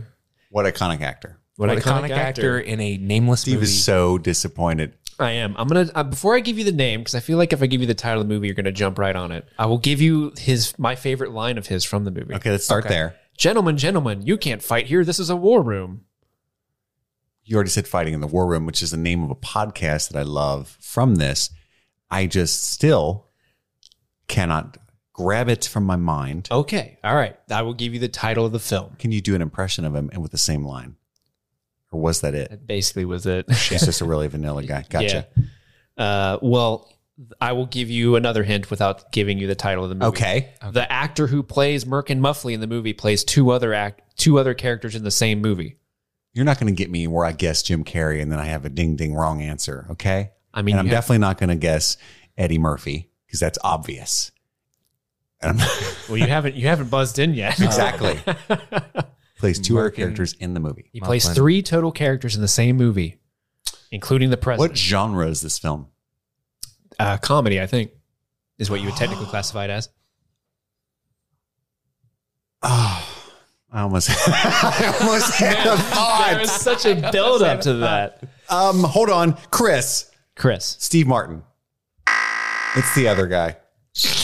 Speaker 1: What iconic actor.
Speaker 2: What,
Speaker 3: iconic actor in a nameless
Speaker 1: Steve
Speaker 3: movie.
Speaker 1: is so disappointed.
Speaker 2: I am. I'm gonna uh, before I give you the name because I feel like if I give you the title of the movie, you're gonna jump right on it. I will give you his my favorite line of his from the movie.
Speaker 1: Okay, let's start there.
Speaker 2: Gentlemen, gentlemen, you can't fight here. This is a war room.
Speaker 1: you already said fighting in the war room which is the name of a podcast that i love from this i just still cannot grab it from my mind
Speaker 2: Okay. All right. I will give you the title of the film.
Speaker 1: can you do an impression of him and with the same line or was that it
Speaker 2: That basically was it.
Speaker 1: he's just a really vanilla guy gotcha
Speaker 2: Yeah. Uh, well, I will give you another hint without giving you the title of the movie.
Speaker 1: okay
Speaker 2: The actor who plays Merkin Muffley in the movie plays two other act two other characters in the same movie.
Speaker 1: you're not going to get me where i guess jim carrey and then i have a ding ding wrong answer okay
Speaker 2: I mean,
Speaker 1: and i'm
Speaker 2: you have-
Speaker 1: definitely not going to guess eddie murphy because that's obvious and I'm,
Speaker 2: well, you haven't you haven't buzzed in yet.
Speaker 1: exactly plays two other
Speaker 3: Merkin.
Speaker 1: characters in the movie
Speaker 2: He plays
Speaker 3: Mufflin.
Speaker 2: three total characters in the same movie, including the
Speaker 1: what
Speaker 2: president.
Speaker 1: genre is this film
Speaker 2: uh, comedy, I think, is what you would technically classify it as.
Speaker 1: Oh, I almost, I almost had a
Speaker 2: There is
Speaker 1: thought.
Speaker 2: such a build up to that.
Speaker 1: Um, hold on, Chris,
Speaker 2: Chris,
Speaker 1: Steve Martin. It's the other guy.
Speaker 3: It's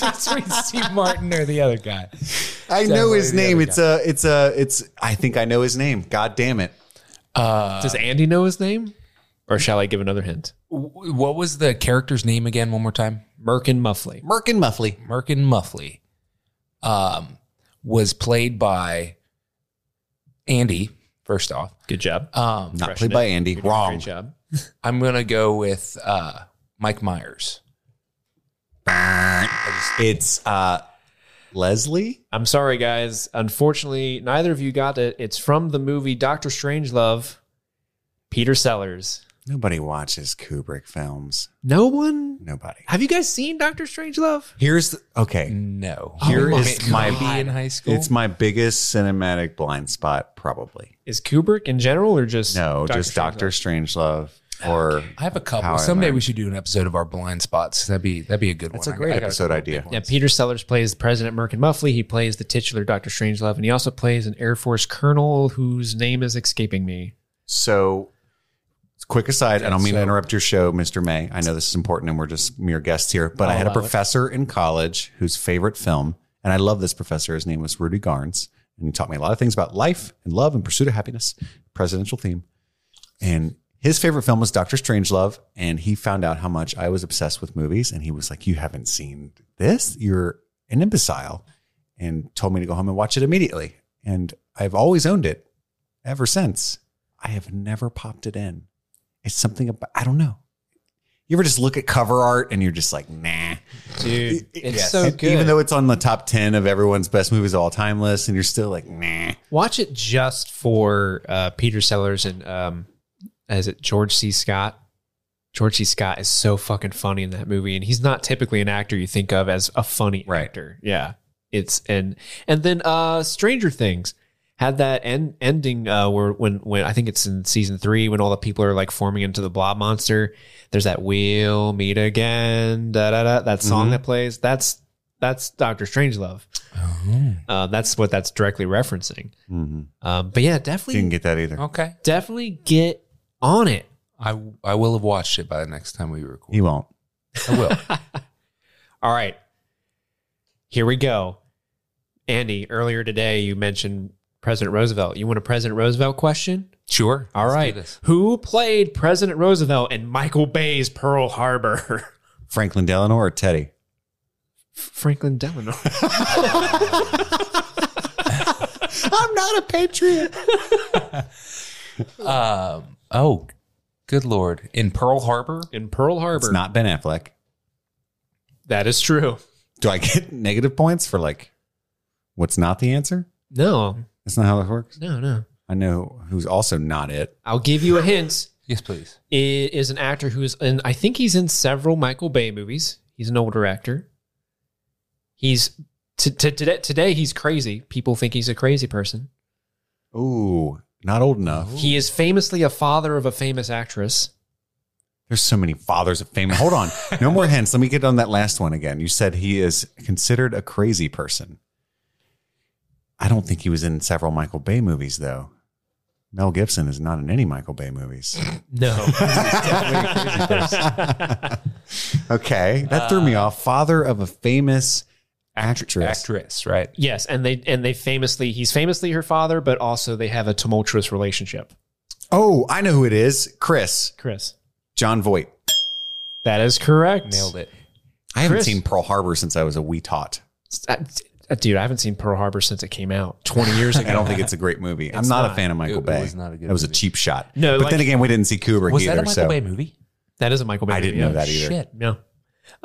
Speaker 3: between Steve Martin or the other guy.
Speaker 1: I know his
Speaker 3: the
Speaker 1: name.
Speaker 3: other
Speaker 1: It's a, it's a, it's. I think I know his name. God damn it! Um,
Speaker 2: does Andy know his name? Or shall I give another hint?
Speaker 3: w- what was the character's name again? One more time.
Speaker 2: Merkin Muffley.
Speaker 1: Merkin Muffley.
Speaker 3: Merkin Muffley um, was played by Andy, first off.
Speaker 2: Good job.
Speaker 3: Um,
Speaker 1: Not
Speaker 2: Freshen
Speaker 1: played
Speaker 2: it.
Speaker 1: by Andy. Wrong.
Speaker 2: Great job.
Speaker 3: I'm going to go with uh, Mike Myers.
Speaker 1: It's uh, Leslie.
Speaker 2: I'm sorry, guys. Unfortunately, neither of you got it. It's from the movie Doctor Strangelove, Peter Sellers.
Speaker 1: Nobody watches Kubrick films.
Speaker 2: No one?
Speaker 1: Nobody.
Speaker 2: Have you guys seen Doctor Strangelove?
Speaker 1: Here's the, okay.
Speaker 3: No.
Speaker 1: Here
Speaker 3: May-
Speaker 1: is Oh my-
Speaker 3: maybe in high school.
Speaker 1: It's my biggest cinematic blind spot, probably.
Speaker 2: Is Kubrick in general or just
Speaker 1: No, just Doctor Strangelove Oh, or
Speaker 3: I have a couple.
Speaker 1: How I
Speaker 3: Someday we
Speaker 1: learned.
Speaker 3: should do an episode of our blind spots. That'd be that'd be a good
Speaker 1: that's a
Speaker 3: one. I-
Speaker 1: great
Speaker 3: I got
Speaker 1: episode
Speaker 3: couple
Speaker 1: idea.
Speaker 3: big
Speaker 2: Yeah,
Speaker 3: ones.
Speaker 2: Peter Sellers plays President Merkin Muffley. He plays the titular Doctor Strangelove, and he also plays an Air Force colonel whose name is escaping me.
Speaker 1: So, quick aside, I don't mean to
Speaker 3: So-
Speaker 1: interrupt your show, Mr. May. I know this is important and we're just mere guests here, but I had a professor in college whose favorite film, and I love this professor, his name was Rudy Garnes, and he taught me a lot of things about life and love and pursuit of happiness, presidential theme. And his favorite film was Doctor Strangelove, and he found out how much I was obsessed with movies, and he was like, "You haven't seen this? You're an imbecile," and told me to go home and watch it immediately. And I've always owned it ever since. I have never popped it in. It's something about I don't know. You ever just look at cover art and you're just like, nah.
Speaker 2: Dude, it's
Speaker 1: Yes.
Speaker 2: so
Speaker 1: And
Speaker 2: good.
Speaker 1: Even though it's on the top ten of everyone's best movies of all time list, and you're still like, nah.
Speaker 2: Watch it just for uh, Peter Sellers and um, is it George C. Scott? George C. Scott is so fucking funny in that movie, and he's not typically an actor you think of as a funny
Speaker 1: Right.
Speaker 2: actor. Yeah, it's and and then uh, Stranger Things had that end ending uh, where when when I think it's in season three when all the people are like forming into the blob monster. There's that we'll meet again. Da da da. That song
Speaker 1: Mhm.
Speaker 2: that plays. That's that's Doctor Strangelove.
Speaker 1: Oh.
Speaker 2: Uh, that's what that's directly referencing. Um, but yeah, definitely,
Speaker 1: Mm-hmm. Didn't get that either.
Speaker 3: Oh, okay.
Speaker 2: definitely get on it.
Speaker 3: I I will have watched it by the next time we record.
Speaker 1: He won't.
Speaker 3: I will.
Speaker 2: All right, here we go. Andy, earlier today you mentioned President Roosevelt. You want a President Roosevelt question?
Speaker 3: Sure.
Speaker 2: All
Speaker 3: Let's do
Speaker 2: right.
Speaker 3: this.
Speaker 2: Who played President Roosevelt in Michael Bay's Pearl Harbor?
Speaker 1: Franklin Delano or Teddy?
Speaker 2: Franklin Delano.
Speaker 1: I'm not a patriot.
Speaker 3: Um, oh, good lord! In Pearl Harbor,
Speaker 2: in Pearl Harbor.
Speaker 1: It's not Ben Affleck.
Speaker 2: that is true.
Speaker 1: Do I get negative points for like what's not the answer?
Speaker 2: No,
Speaker 1: That's not how that works.
Speaker 2: no, no.
Speaker 1: I know who's also not it.
Speaker 2: I'll give you a hint.
Speaker 3: yes, please.
Speaker 2: It is an actor who is in I think he's in several Michael Bay movies. He's an older actor. He's t- t- today today he's crazy. People think he's a crazy person.
Speaker 1: Ooh, not old enough.
Speaker 2: He is famously a father of a famous actress.
Speaker 1: There's so many fathers of fame. Hold on. No more hints. Let me get on that last one again. You said he is considered a crazy person. I don't think he was in several Michael Bay movies, though. Mel Gibson is not in any Michael Bay movies.
Speaker 2: No.
Speaker 1: okay. That threw me off. Father of a famous actress.
Speaker 3: Uh, Actress, right?
Speaker 2: yes, and they and they famously he's famously her father, but also they have a tumultuous relationship.
Speaker 1: Oh, I know who it is. Chris.
Speaker 2: Chris.
Speaker 1: John Voight.
Speaker 2: That is correct.
Speaker 3: Nailed it.
Speaker 1: I haven't
Speaker 2: Chris.
Speaker 1: seen Pearl Harbor since I was a wee tot.
Speaker 2: Uh, Dude, I haven't seen Pearl Harbor since it came out 20 years ago.
Speaker 1: I don't think it's a great movie. I'm not, a
Speaker 2: not.
Speaker 1: fan of Michael
Speaker 3: It- it
Speaker 1: Bay.
Speaker 3: was not a good
Speaker 1: That was a
Speaker 3: movie.
Speaker 1: cheap shot.
Speaker 2: No,
Speaker 1: but
Speaker 2: like-
Speaker 1: then again, we didn't see Kubrick
Speaker 3: Was
Speaker 1: either.
Speaker 3: that a Michael
Speaker 1: so
Speaker 3: Bay movie?
Speaker 2: that is a Michael Bay
Speaker 1: I didn't
Speaker 2: movie, yeah.
Speaker 1: know that either.
Speaker 3: Shit.
Speaker 2: No.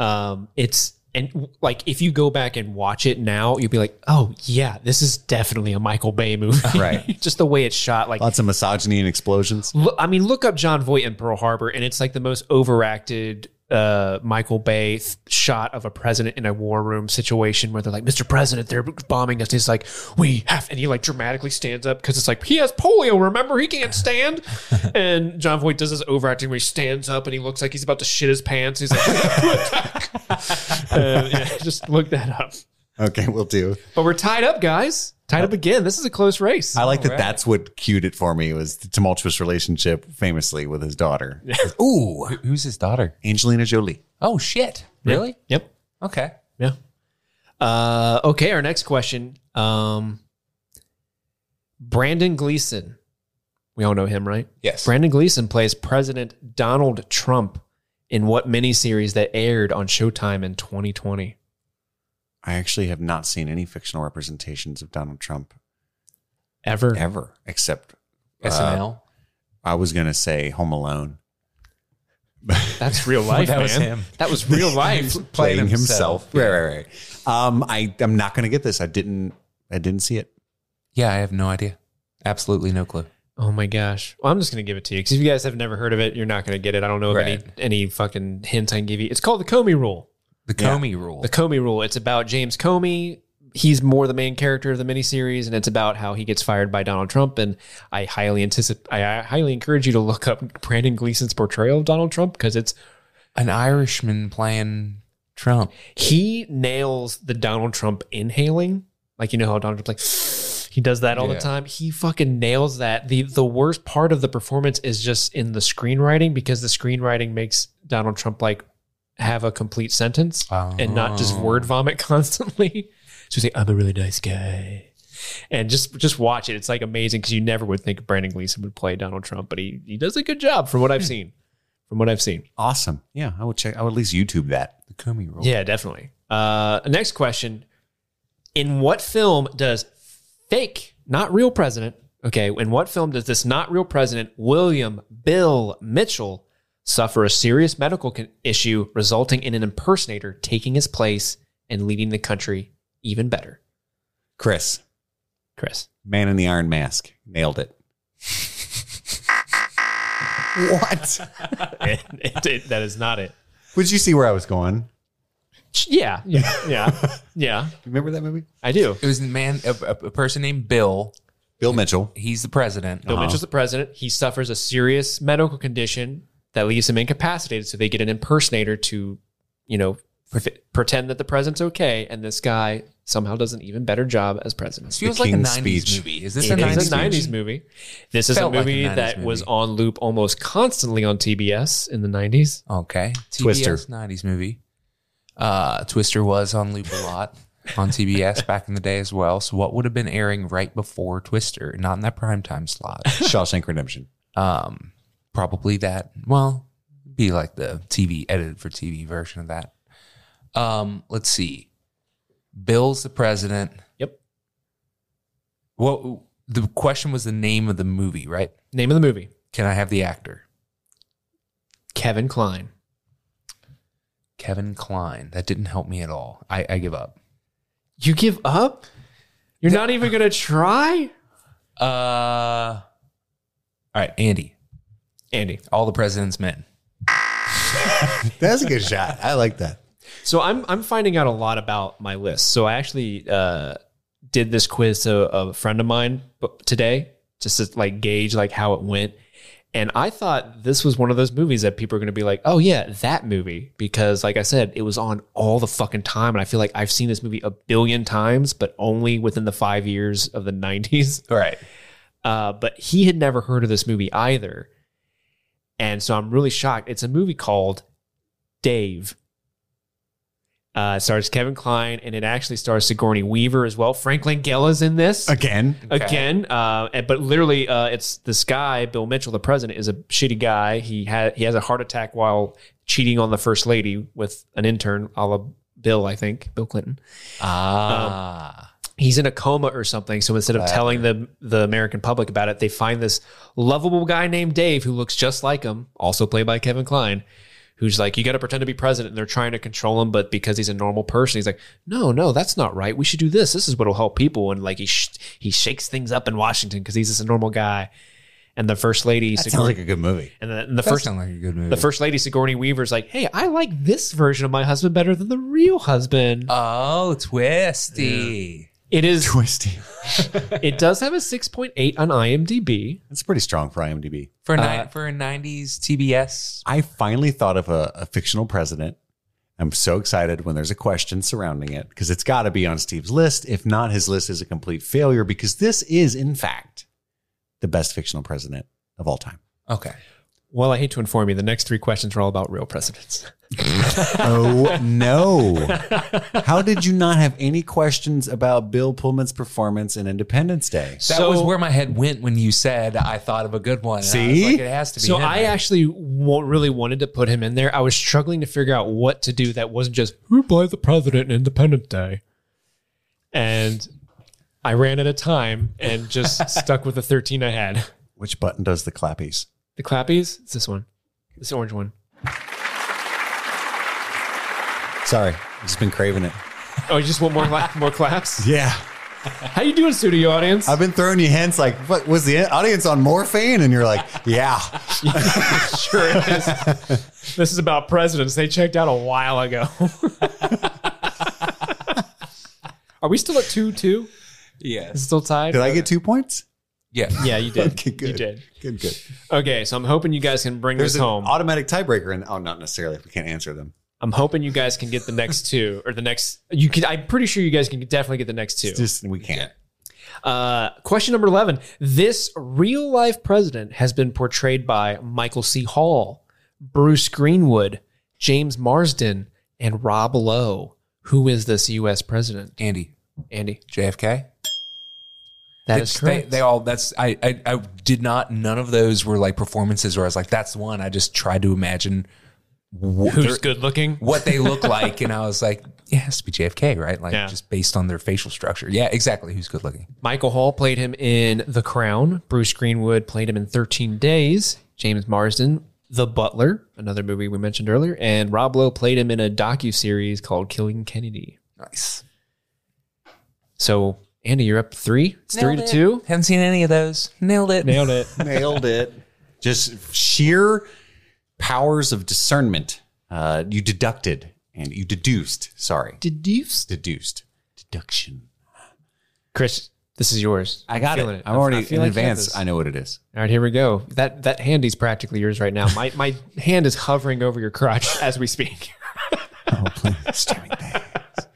Speaker 2: Um, it's and like if you go back and watch it now, you'll be like, oh yeah, this is definitely a Michael Bay movie,
Speaker 1: Right.
Speaker 2: Just the way it's shot. Like,
Speaker 1: Lots of misogyny and explosions.
Speaker 2: look, I mean, look up John Voight in Pearl Harbor, and it's like the most overacted uh, Michael Bay th- shot of a president in a war room situation where they're like, Mr. President, they're bombing us. He's like, we have, and he like dramatically stands up because it's like he has polio. Remember, he can't stand. and John Voight does this overacting where he stands up and he looks like he's about to shit his pants. He's like, Uh, yeah, just look that up.
Speaker 1: Okay, we'll do.
Speaker 2: But we're tied up, guys. Tied up again. This is a close race.
Speaker 1: I like that.
Speaker 3: Alright.
Speaker 1: That's what cued it for me was the tumultuous relationship, famously with his daughter,
Speaker 3: Ooh, who- who's his daughter?
Speaker 1: Angelina Jolie.
Speaker 3: Oh shit! Really?
Speaker 2: Yep.
Speaker 3: Okay.
Speaker 2: Yeah. Uh, okay, our next question. Um, Brandon Gleason. We all know him, right?
Speaker 3: Yes.
Speaker 2: Brandon Gleason plays President Donald Trump in what miniseries that aired on Showtime in 2020?
Speaker 1: I actually have not seen any fictional representations of Donald Trump
Speaker 2: Ever?
Speaker 1: ever, except Uh,
Speaker 3: SNL.
Speaker 1: I was going to say Home Alone.
Speaker 2: That's real life,
Speaker 3: that
Speaker 2: man.
Speaker 3: was him.
Speaker 2: That was real life.
Speaker 1: playing himself. Right, right, right. Um, I I'm not going to get this. I didn't. I didn't see it.
Speaker 3: Yeah, I have no idea. Absolutely no clue.
Speaker 2: oh my gosh. Well, I'm just gonna give it to you because if you guys have never heard of it, you're not gonna get it. I don't know of
Speaker 3: Right.
Speaker 2: any any fucking hint I can give you. It's called the Comey Rule.
Speaker 3: The Comey rule.
Speaker 2: The Comey Rule. It's about James Comey. He's more the main character of the miniseries, and it's about how he gets fired by Donald Trump. And I highly anticipate. I highly encourage you to look up Brandon Gleason's portrayal of Donald Trump because it's
Speaker 3: An Irishman playing Trump.
Speaker 2: he nails the Donald Trump inhaling. Like you know how Donald Trump like he does that all
Speaker 3: Yeah.
Speaker 2: the time. He fucking nails that. The the worst part of the performance is just in the screenwriting because the screenwriting makes Donald Trump like have a complete sentence and not just
Speaker 3: Oh.
Speaker 2: word vomit constantly. So he's like, I'm a really nice guy. And just just watch it. It's like amazing because you never would think Brandon Gleason would play Donald Trump, but he he does a good job from what I've seen. From what I've seen.
Speaker 1: Awesome. Yeah, I will check. I will at least YouTube that.
Speaker 3: The Comey rule.
Speaker 2: Yeah, definitely. Uh, next question: In what film does fake, not real president? Okay, in what film does this not real president William Bill Mitchell suffer a serious medical con- issue, resulting in an impersonator taking his place and leading the country even better?
Speaker 1: Chris,
Speaker 2: Chris,
Speaker 1: Man in the Iron Mask, nailed it. what?
Speaker 2: It- it- it- that is not it.
Speaker 1: Would you see where I was going?
Speaker 2: Yeah, yeah, yeah, yeah.
Speaker 1: Remember that movie?
Speaker 2: I do.
Speaker 3: It was a man, a, a, a person named Bill.
Speaker 1: Bill Mitchell.
Speaker 3: He's the president.
Speaker 2: Bill Mitchell's the president. He suffers a serious medical condition that leaves him incapacitated. So they get an impersonator to, you know, pre- pretend that the president's okay, and this guy somehow does an even better job as president.
Speaker 3: This feels
Speaker 1: The
Speaker 3: like a
Speaker 1: King's
Speaker 3: 90s
Speaker 1: Speech.
Speaker 3: movie. Is this
Speaker 2: It
Speaker 3: a 90s,
Speaker 2: is a
Speaker 3: movie?
Speaker 2: 90s movie. This is a
Speaker 3: Felt like a
Speaker 2: movie
Speaker 3: 90s
Speaker 2: that was
Speaker 3: movie.
Speaker 2: on loop almost constantly on TBS in the 90s.
Speaker 3: Okay. TBS
Speaker 1: Twister.
Speaker 3: 90s movie. Uh, Twister was on loop a lot on TBS back in the day as well. So what would have been airing right before Twister? Not in that primetime slot.
Speaker 1: Shawshank Redemption.
Speaker 3: Um, probably that. Well, be like the TV edited for TV version of that. Um, let's see. Bill's the president.
Speaker 2: Yep.
Speaker 3: Well, the question was the name of the movie, right?
Speaker 2: Name of the movie
Speaker 3: Can I have the actor?
Speaker 2: Kevin Klein.
Speaker 3: Kevin Klein. That didn't help me at all. I, I give up.
Speaker 2: You give up? You're not even going to try?
Speaker 3: Uh, all right, Andy.
Speaker 2: Andy.
Speaker 3: All the president's men.
Speaker 1: That's a good shot. I like that.
Speaker 2: So I'm I'm finding out a lot about my list. So I actually uh, did this quiz to a friend of mine b- today, just to like gauge like how it went. And I thought this was one of those movies that people are going to be like, "Oh yeah, that movie," because like I said, it was on all the fucking time, and I feel like I've seen this movie a billion times, but only within the five years of the '90s.
Speaker 3: All right.
Speaker 2: Uh, but he had never heard of this movie either, and so I'm really shocked. It's a movie called Dave. Uh, it stars Kevin Klein, and it actually stars Sigourney Weaver as well. Frank Langella's in this
Speaker 1: Again.
Speaker 2: again. Uh, and- but literally, uh, it's this guy, Bill Mitchell, the president, is a shitty guy. He had he has a heart attack while cheating on the first lady with an intern, a la Bill, I think, Bill Clinton.
Speaker 3: Ah.
Speaker 2: He's in a coma or something. So instead of telling the the American public about it, they find this lovable guy named Dave who looks just like him, also played by Kevin Klein. Who's like, you got to pretend to be president, and they're trying to control him, but because he's a normal person, he's like, no, no, that's not right. We should do this. This is what will help people, and like he sh- he shakes things up in Washington because he's just a normal guy. And the first lady,
Speaker 1: That
Speaker 2: Sigour-
Speaker 1: sounds like a good movie.
Speaker 2: and the, and the
Speaker 3: that
Speaker 2: first
Speaker 3: sounds like a good movie.
Speaker 2: the first lady Sigourney Weaver's like, hey, I like this version of my husband better than the real husband.
Speaker 3: oh, twisty.
Speaker 2: it is
Speaker 1: Twisty.
Speaker 2: it does have a 6.8 on IMDb.
Speaker 1: That's pretty strong for IMDb.
Speaker 3: For, ni- for a 90s TBS
Speaker 1: I finally thought of a, a fictional president. I'm so excited when there's a question surrounding it because it's got to be on Steve's list. If not, his list is a complete failure because this is, in fact, the best fictional president of all time.
Speaker 3: Okay.
Speaker 2: Well, I hate to inform you, the next three questions are all about real presidents.
Speaker 1: Oh no! How did you not have any questions about Bill Pullman's performance in Independence Day?
Speaker 3: That was where my head went when you said I thought of a good one. and I was
Speaker 1: See?
Speaker 3: like, it has to be.
Speaker 2: So
Speaker 3: him,
Speaker 2: I
Speaker 3: right?
Speaker 2: actually wa- really wanted to put him in there. I was struggling to figure out what to do that wasn't just who played the president in Independence Day. And I ran out of time and just stuck with the 13 I had.
Speaker 1: Which button does the clappies?
Speaker 2: The clappies, it's this one. This orange one.
Speaker 1: Sorry, I've just been craving it.
Speaker 2: Oh, you just want more la- more claps?
Speaker 1: Yeah,
Speaker 2: How you doing, studio audience?
Speaker 1: I've been throwing you hints like, "What was the audience on morphine?" And you're like, "Yeah."
Speaker 2: sure it is. this is about presidents. They checked out a while ago. Are we still at two two? Is
Speaker 3: yes,
Speaker 2: it still tied?
Speaker 1: Did I get two points?
Speaker 3: yeah.
Speaker 2: Yeah, you did.
Speaker 1: Okay, good.
Speaker 2: You did.
Speaker 1: Good, good.
Speaker 2: Okay, so I'm hoping you guys can bring
Speaker 1: There's
Speaker 2: this
Speaker 1: an
Speaker 2: home.
Speaker 1: automatic tiebreaker, and oh, not necessarily if we can't answer them.
Speaker 2: I'm hoping you guys can get the next two or the next. You can. I'm pretty sure you guys can definitely get the next two.
Speaker 1: It's just we can't.
Speaker 2: Uh, question number 11. This real life president has been portrayed by Michael C. Hall, Bruce Greenwood, James Marsden, and Rob Lowe. Who is this U.S. president?
Speaker 3: Andy,
Speaker 2: Andy,
Speaker 3: JFK.
Speaker 2: that
Speaker 3: It's-
Speaker 2: is
Speaker 3: they,
Speaker 2: correct.
Speaker 3: they all. That's I, I. I did not. None of those were like performances where I was like, "That's the one." I just tried to imagine wh- their-
Speaker 2: good looking?
Speaker 3: what they look like, and I was like, "Yeah, it has to be JFK, right?" Like
Speaker 2: Yeah.
Speaker 3: just based on their facial structure. Yeah, exactly. Who's good looking?
Speaker 2: Michael Hall played him in The Crown. Bruce Greenwood played him in 13 Days. James Marsden, The Butler, another movie we mentioned earlier. And Rob Lowe played him in a docu-series called Killing Kennedy.
Speaker 3: Nice.
Speaker 2: So, Andy, you're up three. It's three to two.
Speaker 3: Haven't seen any of those. Nailed it.
Speaker 2: Nailed it.
Speaker 1: Nailed it. Just sheer powers of discernment. Uh, you deducted and you deduced. Sorry,
Speaker 2: Deduced.
Speaker 1: deduced. Deduction.
Speaker 2: Chris, this is yours.
Speaker 1: I got
Speaker 2: feeling
Speaker 1: it. I'm already in
Speaker 2: feeling like you have
Speaker 1: advance.
Speaker 2: this.
Speaker 1: I know what it is.
Speaker 2: All right, here we go. That that handy's practically yours right now. My my hand is hovering over your crotch as we speak.
Speaker 1: Oh, please. Damn it.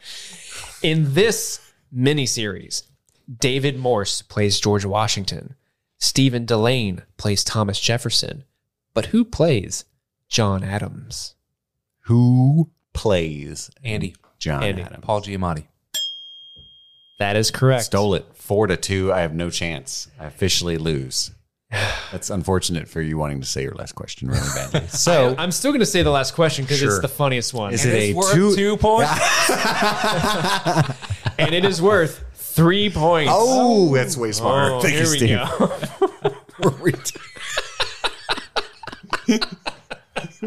Speaker 2: In this miniseries, David Morse plays George Washington. Stephen Delane plays Thomas Jefferson. But who plays John Adams?
Speaker 1: Who plays
Speaker 3: Andy,
Speaker 1: John
Speaker 2: Andy.
Speaker 1: Adams?
Speaker 3: Paul Giamatti.
Speaker 2: That is correct.
Speaker 1: Stole it four to two. I have no chance. I officially lose. That's unfortunate for you wanting to say your last question really badly. So,
Speaker 2: I'm still going to say the last question because it's
Speaker 1: Sure.
Speaker 2: the funniest one.
Speaker 1: is it a
Speaker 3: It's worth
Speaker 1: two?
Speaker 3: two points.
Speaker 2: and it is worth three points.
Speaker 1: Oh, that's way smarter.
Speaker 2: Oh,
Speaker 1: Thank you,
Speaker 2: here we
Speaker 1: Steve.
Speaker 2: go.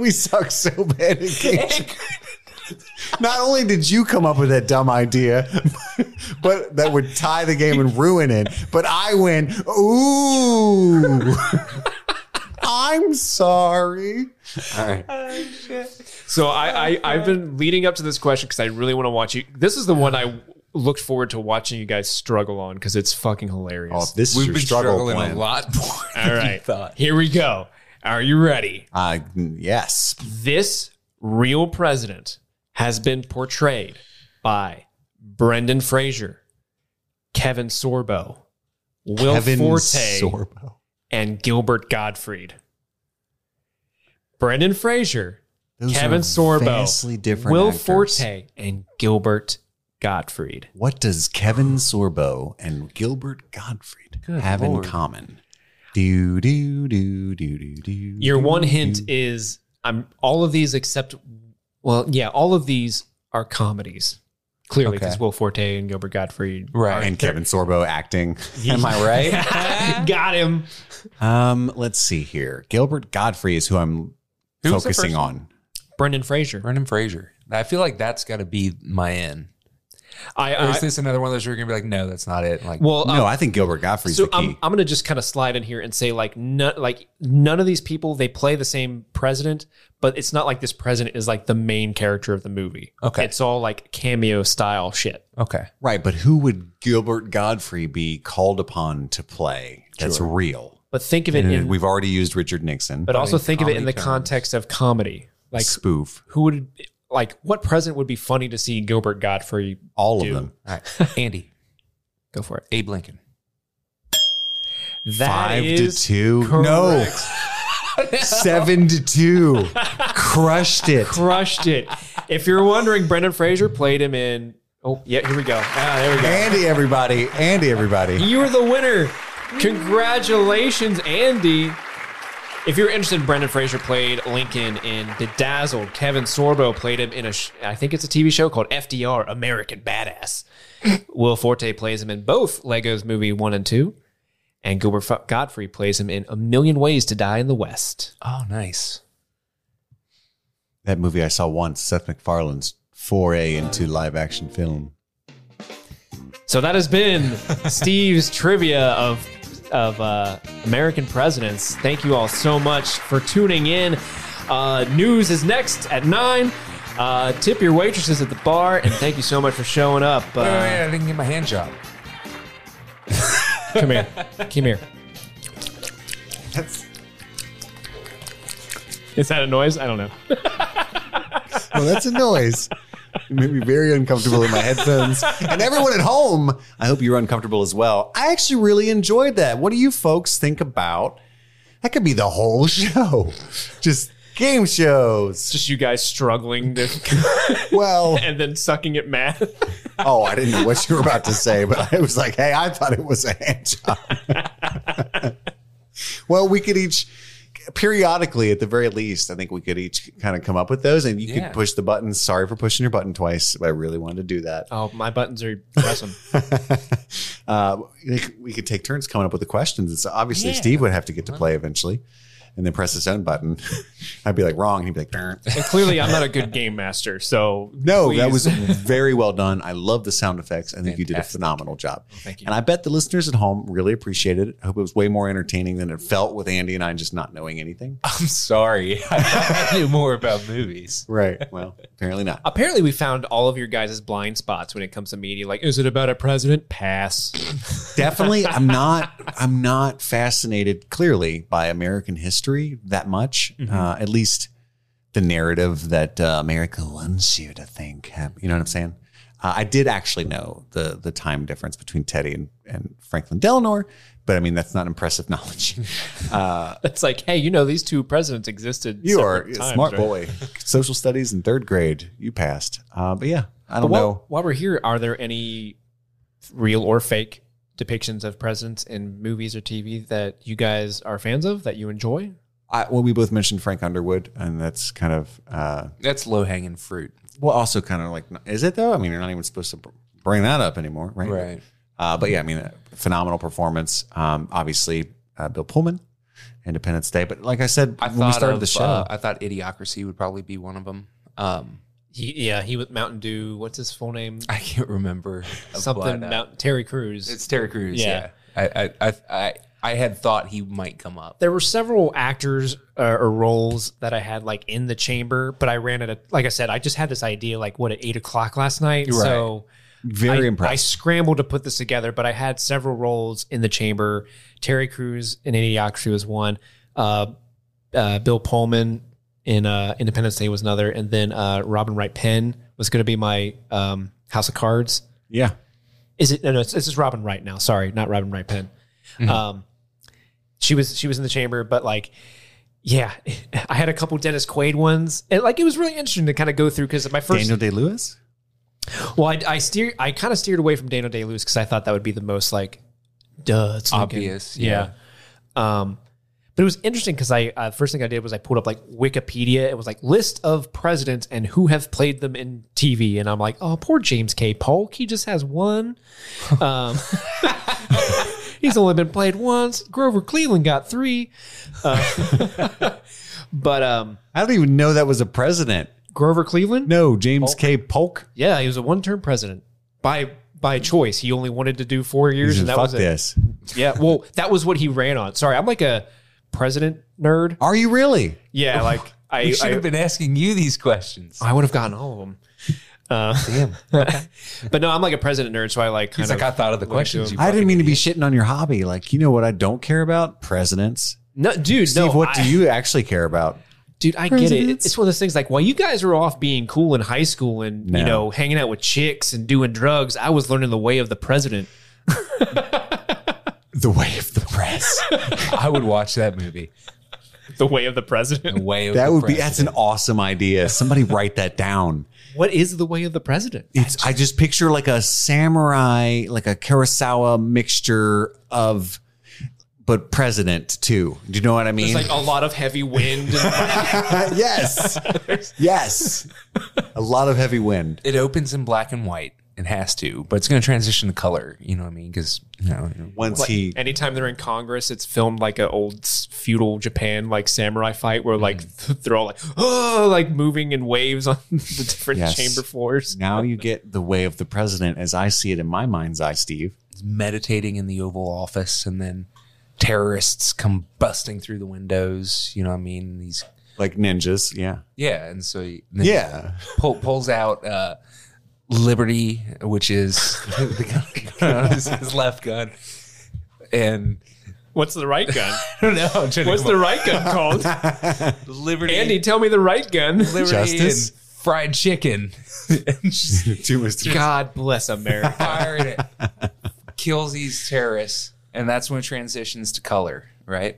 Speaker 1: we suck so bad at games. Not only did you come up with that dumb idea, but that would tie the game and ruin it, but I win. Ooh. I'm sorry. All right.
Speaker 2: So I, I I've been leading up to this question because I really want to watch you. This is the one I looked forward to watching you guys struggle on because it's fucking hilarious.
Speaker 1: Oh, this is
Speaker 3: We've
Speaker 1: your
Speaker 3: been
Speaker 1: struggle
Speaker 3: struggling
Speaker 1: plan.
Speaker 3: a lot more.
Speaker 2: All right, here we go. Are you ready?
Speaker 1: Uh, yes.
Speaker 2: This real president has been portrayed by Brendan Fraser, Kevin Sorbo, Will
Speaker 1: Kevin
Speaker 2: Forte,
Speaker 1: Sorbo.
Speaker 2: and Gilbert Gottfried. Brendan Fraser,
Speaker 1: Those
Speaker 2: Kevin
Speaker 1: are vastly
Speaker 2: Sorbo,
Speaker 1: different
Speaker 2: Will
Speaker 1: actors.
Speaker 2: Forte, and Gilbert Gottfried.
Speaker 1: What does Kevin Sorbo and Gilbert Gottfried have in common? Do do do do do do.
Speaker 2: Your
Speaker 1: do,
Speaker 2: one
Speaker 1: do.
Speaker 2: hint is I'm all of these except well, yeah, all of these are comedies. Clearly,
Speaker 3: Okay.
Speaker 2: because Will Forte and Gilbert Gottfried.
Speaker 3: Right.
Speaker 1: and Kevin Sorbo acting. Am I right?
Speaker 2: Got him.
Speaker 1: um, let's see here. Gilbert Godfrey is who I'm
Speaker 3: Who's the
Speaker 1: focusing
Speaker 3: first
Speaker 1: on.
Speaker 2: Brendan Fraser.
Speaker 3: Brendan Fraser. I feel like that's got to be my in.
Speaker 2: I,
Speaker 3: Or
Speaker 2: I
Speaker 3: is this another one of those where you're gonna be like, no, that's not it? Like,
Speaker 2: well, um,
Speaker 1: no, I think Gilbert Godfrey's
Speaker 2: so
Speaker 1: the
Speaker 2: I'm,
Speaker 1: key.
Speaker 2: I'm gonna just kind of slide in here and say like none like none of these people they play the same president, but it's not like this president is like the main character of the movie.
Speaker 3: Okay.
Speaker 2: it's all like cameo style shit.
Speaker 3: okay,
Speaker 1: right, but who would Gilbert Godfrey be called upon to play? That's real.
Speaker 2: But think of it in,
Speaker 1: And we've already used Richard Nixon.
Speaker 2: but also think of it in the
Speaker 3: comedy terms.
Speaker 2: context of comedy, like
Speaker 1: spoof.
Speaker 2: who would like what president would be funny to see Gilbert Godfrey
Speaker 1: All
Speaker 2: do?
Speaker 1: of them.
Speaker 3: all right. Andy,
Speaker 2: go for it?
Speaker 3: Abe Lincoln.
Speaker 2: That
Speaker 1: Five
Speaker 2: is
Speaker 1: to two.
Speaker 2: correct.
Speaker 1: No. Seven to two. Crushed it.
Speaker 2: Crushed it. If you're wondering, Brendan Fraser played him in. Oh, yeah, here we go. Ah, there we go.
Speaker 1: Andy, everybody. Andy, everybody.
Speaker 2: You're the winner. Congratulations, Andy. If you're interested, Brendan Fraser played Lincoln in Bedazzled. Kevin Sorbo played him in a, sh- I think it's a TV show called FDR, American Badass. Will Forte plays him in both Legos Movie 1 and 2. And Gilbert F- Godfrey plays him in A Million Ways to Die in the West.
Speaker 3: Oh, nice.
Speaker 1: That movie I saw once, Seth MacFarlane's foray into live action film.
Speaker 2: So that has been Steve's trivia of of uh, American presidents. Thank you all so much for tuning in. Uh, news is next at nine. Uh, tip your waitresses at the bar, and thank you so much for showing up. Uh,
Speaker 3: Oh, I didn't get my hand job.
Speaker 2: come here, come here.
Speaker 1: That's
Speaker 2: Is that a noise? I don't know.
Speaker 1: well, that's a noise. It made me very uncomfortable in my headphones. And everyone at home, I hope you're uncomfortable as well. I actually really enjoyed that. What do you folks think about? That could be the whole show. Just game shows.
Speaker 2: Just you guys struggling to,
Speaker 1: Well,
Speaker 2: and then sucking at math.
Speaker 1: oh, I didn't know what you were about to say, but I was like, hey, I thought it was a hand job. well, we could each periodically at the very least i think we could each kind of come up with those and you
Speaker 3: Yeah.
Speaker 1: could push the button sorry for pushing your button twice but i really wanted to do that
Speaker 2: Oh, my buttons are pressing.
Speaker 1: uh, we could take turns coming up with the questions. And so obviously, Steve would have to get to play eventually and then press his own button. I'd be like, wrong. And he'd be like, "Darn."
Speaker 2: and clearly, I'm not a good game master. So
Speaker 1: no, that
Speaker 2: please.
Speaker 1: was very well done. I love the sound effects. I think you did a
Speaker 3: Fantastic.
Speaker 1: phenomenal job.
Speaker 3: thank you.
Speaker 1: And I bet the listeners at home really appreciated it. I hope it was way more entertaining than it felt with Andy and I just not knowing anything.
Speaker 3: I'm sorry. I knew more about movies.
Speaker 1: Right. Well, apparently not.
Speaker 2: Apparently, we found all of your guys' blind spots when it comes to media. Like, is it about a president? Pass.
Speaker 1: definitely i'm not i'm not fascinated clearly by american history that much
Speaker 2: Mm-hmm.
Speaker 1: uh, at least the narrative that uh, america wants you to think hap- you know what i'm saying uh, i did actually know the the time difference between teddy and, and franklin delano but i mean that's not impressive knowledge Uh,
Speaker 2: It's like, hey, you know, these two presidents existed.
Speaker 1: you are a
Speaker 2: separate times,
Speaker 1: smart
Speaker 2: right?
Speaker 1: boy social studies in third grade you passed uh, but yeah i
Speaker 2: But
Speaker 1: don't
Speaker 2: while,
Speaker 1: know
Speaker 2: while we're here, are there any real or fake depictions of presidents in movies or TV that you guys are fans of that you enjoy?
Speaker 1: I, well we both mentioned frank underwood and that's kind of uh,
Speaker 3: That's low hanging fruit.
Speaker 1: Well, also kind of like, is it though? I mean, you're not even supposed to br- bring that up anymore, right? Uh, but yeah, I mean, a phenomenal performance. Um, obviously, uh, Bill Pullman, Independence Day. But like I said,
Speaker 3: I
Speaker 1: when we
Speaker 3: thought
Speaker 1: started
Speaker 3: of,
Speaker 1: the show,
Speaker 3: uh, I thought Idiocracy would probably be one of them. Um,
Speaker 2: He, yeah, he was Mountain Dew. What's his full name?
Speaker 3: I can't remember
Speaker 2: Something
Speaker 3: but, uh,
Speaker 2: Mount Terry Crews.
Speaker 3: It's Terry Crews.
Speaker 2: Yeah.
Speaker 3: Yeah. I, I, I, I, I had thought he might come up.
Speaker 2: there were several actors uh, or roles that I had like in the chamber, but I ran out of like I said, I just had this idea like what at eight o'clock last night. So
Speaker 1: very
Speaker 2: I, I
Speaker 1: impressed.
Speaker 2: scrambled to put this together, but I had several roles in the chamber. Terry Crews in Idiocracy was one. Uh, uh, Bill Pullman in uh, Independence Day was another, and then uh, Robin Wright Penn was going to be my um, House of Cards.
Speaker 1: yeah,
Speaker 2: Is it? No, no. It's, this is Robin Wright now. Sorry, not Robin Wright Penn. Um, she was she was in the chamber, but like, yeah, I had a couple Dennis Quaid ones, and like it was really interesting to kind of go through because my first
Speaker 1: Daniel Day Lewis.
Speaker 2: well, I, I steer. I kind of steered away from Daniel Day Lewis because I thought that would be the most like, duh, it's Lincoln.
Speaker 3: Obvious,
Speaker 2: Yeah. Um, but it was interesting because I uh, first thing I did was I pulled up like Wikipedia. It was like list of presidents and who have played them in TV, and I'm like, oh, poor James K. Polk. He just has one. Um, he's only been played once. Grover Cleveland got three. Uh, but um,
Speaker 1: I don't even know that was a president.
Speaker 2: Grover Cleveland,
Speaker 1: No, James K. Polk.
Speaker 2: yeah, he was a one-term president by by choice. He only wanted to do four years,
Speaker 1: He's
Speaker 2: and
Speaker 1: like,
Speaker 2: that
Speaker 1: Fuck
Speaker 2: was it.
Speaker 1: this.
Speaker 2: Yeah, well, that was what he ran on. Sorry, I'm like a president nerd.
Speaker 1: Are you really?
Speaker 2: Yeah, like I
Speaker 3: You should have
Speaker 2: I,
Speaker 3: been asking you these questions.
Speaker 2: I would have gotten all of them. Uh,
Speaker 3: Damn.
Speaker 2: but no, I'm like a president nerd, so I like kind
Speaker 3: He's like,
Speaker 2: of
Speaker 3: I thought of the questions. you
Speaker 1: I didn't mean to be shitting on your hobby. Like, you know what I don't care about? Presidents.
Speaker 2: no, dude.
Speaker 1: Steve,
Speaker 2: no,
Speaker 1: what
Speaker 2: I,
Speaker 1: do you actually care about?
Speaker 2: dude? I get it.
Speaker 1: Presidents?
Speaker 2: It's one of those things. Like while you guys were off being cool in high school and
Speaker 1: No.
Speaker 2: you know hanging out with chicks and doing drugs, I was learning the way of the president.
Speaker 1: The way of the press.
Speaker 3: I would watch that movie.
Speaker 2: The way of the president.
Speaker 3: The way of
Speaker 1: That
Speaker 3: the
Speaker 1: would be
Speaker 3: president.
Speaker 1: that's an awesome idea. Somebody write that down.
Speaker 2: What is the way of the president?
Speaker 1: It's I just picture like a samurai, like a Kurosawa mixture of but president too. Do you know what I mean?
Speaker 4: It's like a lot of heavy wind.
Speaker 1: yes. yes. A lot of heavy wind.
Speaker 3: It opens in black and white. It has to, but it's going to transition to color. You know what I mean? Because you know, you know,
Speaker 1: Once he
Speaker 2: Anytime they're in Congress, it's filmed like an old s- feudal Japan, like samurai fight, where like
Speaker 1: Mm.
Speaker 2: they're all like, oh, like moving in waves on the different
Speaker 1: Yes.
Speaker 2: chamber floors.
Speaker 1: now you get the way of the president as I see it in my mind's eye, Steve.
Speaker 3: it's meditating in the Oval Office, and then terrorists come busting through the windows. You know what I mean? These
Speaker 1: Like ninjas. Yeah.
Speaker 3: yeah, and so he, and then he
Speaker 1: Yeah.
Speaker 3: pull, pulls out uh, Liberty, which is the gun, his, his left gun, and
Speaker 2: What's the right gun?
Speaker 3: I don't know. I'm trying to
Speaker 2: What's
Speaker 3: come
Speaker 2: the
Speaker 3: up-
Speaker 2: right gun called?
Speaker 3: Liberty?
Speaker 2: Andy, tell me the right gun.
Speaker 3: Liberty
Speaker 1: Justice?
Speaker 3: and fried chicken. and she's
Speaker 1: Two Mr.
Speaker 2: God bless America.
Speaker 3: fired it, kills these terrorists, and that's when it transitions to color, right?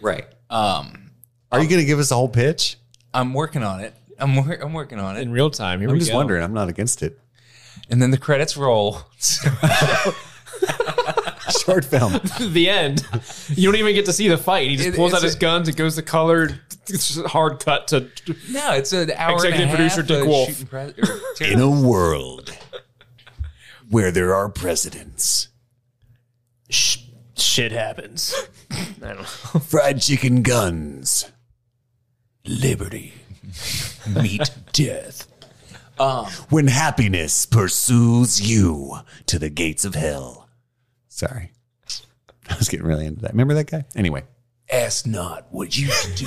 Speaker 1: Right.
Speaker 3: Um,
Speaker 1: Are you going to give us a whole pitch?
Speaker 3: I'm working on it. I'm, wor- I'm working on
Speaker 2: In
Speaker 3: it.
Speaker 2: real time, here
Speaker 1: I'm
Speaker 2: we
Speaker 1: just
Speaker 2: go.
Speaker 1: wondering. I'm not against it.
Speaker 3: And then the credits roll.
Speaker 1: Short film.
Speaker 2: the end. You don't even get to see the fight. He just
Speaker 3: It-
Speaker 2: pulls out
Speaker 3: it's
Speaker 2: his
Speaker 3: a-
Speaker 2: guns. It goes to color. It's just a hard cut to.
Speaker 3: no, it's an hour
Speaker 2: Executive
Speaker 3: and a
Speaker 2: producer
Speaker 3: half
Speaker 2: Dick
Speaker 3: of
Speaker 2: Wolf.
Speaker 3: shooting pre- or terror-
Speaker 1: in a world where there are presidents,
Speaker 2: Shit happens. I don't know.
Speaker 1: fried chicken guns, liberty, meet death. when happiness pursues you to the gates of hell. Sorry. I was getting really into that. Remember that guy? Anyway.
Speaker 3: Ask not what you can do.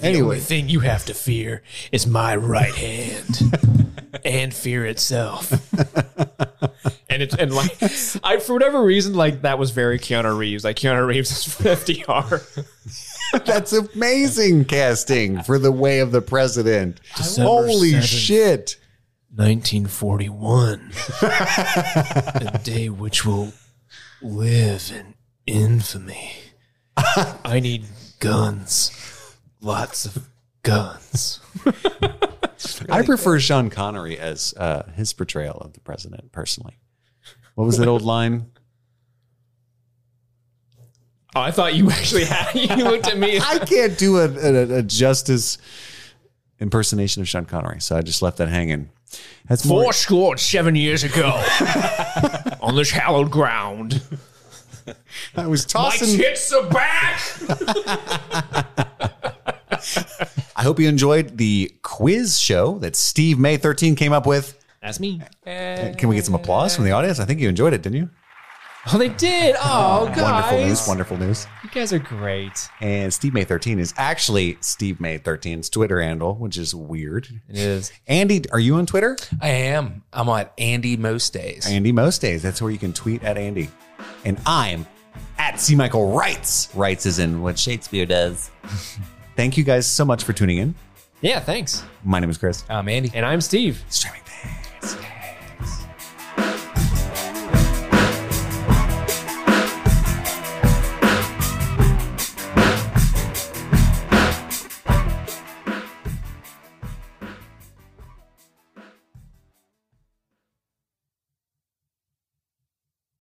Speaker 1: Anyway.
Speaker 4: The thing you have to fear is my right hand and fear itself.
Speaker 2: And it's and like I for whatever reason like that was very Keanu Reeves. Like Keanu Reeves is from FDR.
Speaker 1: That's amazing casting for the way of the president. Holy
Speaker 4: 7th.
Speaker 1: shit.
Speaker 4: 1941. a day which will live in infamy. I need guns. Lots of guns.
Speaker 1: I prefer Sean Connery as uh, his portrayal of the president personally. What was that old line?
Speaker 2: Oh, I thought you actually had you looked at me.
Speaker 1: I can't do a, a, a justice impersonation of Sean Connery, so I just left that hanging. That's more.
Speaker 4: Four scored seven years ago on this hallowed ground.
Speaker 1: I was
Speaker 4: My
Speaker 1: tossing.
Speaker 4: tits are back.
Speaker 1: I hope you enjoyed the quiz show that Steve May thirteen came up with.
Speaker 2: That's me.
Speaker 1: Can we get some applause from the audience? I think you enjoyed it, didn't you?
Speaker 2: Oh, they did. Oh,
Speaker 1: Wonderful news!
Speaker 2: guys,
Speaker 1: Wonderful news!
Speaker 2: you guys are great.
Speaker 1: And Steve May thirteen is actually Steve May 13's Twitter handle, which is weird.
Speaker 2: It is.
Speaker 1: Andy, are you on Twitter?
Speaker 3: I am. I'm on Andy most days.
Speaker 1: Andy most days. That's where you can tweet at Andy. And I'm at C Michael Writes. Writes is in what Shakespeare does. Thank you guys so much for tuning in.
Speaker 2: Yeah, thanks.
Speaker 1: My name is Chris.
Speaker 3: I'm Andy.
Speaker 2: And I'm Steve.
Speaker 1: Streaming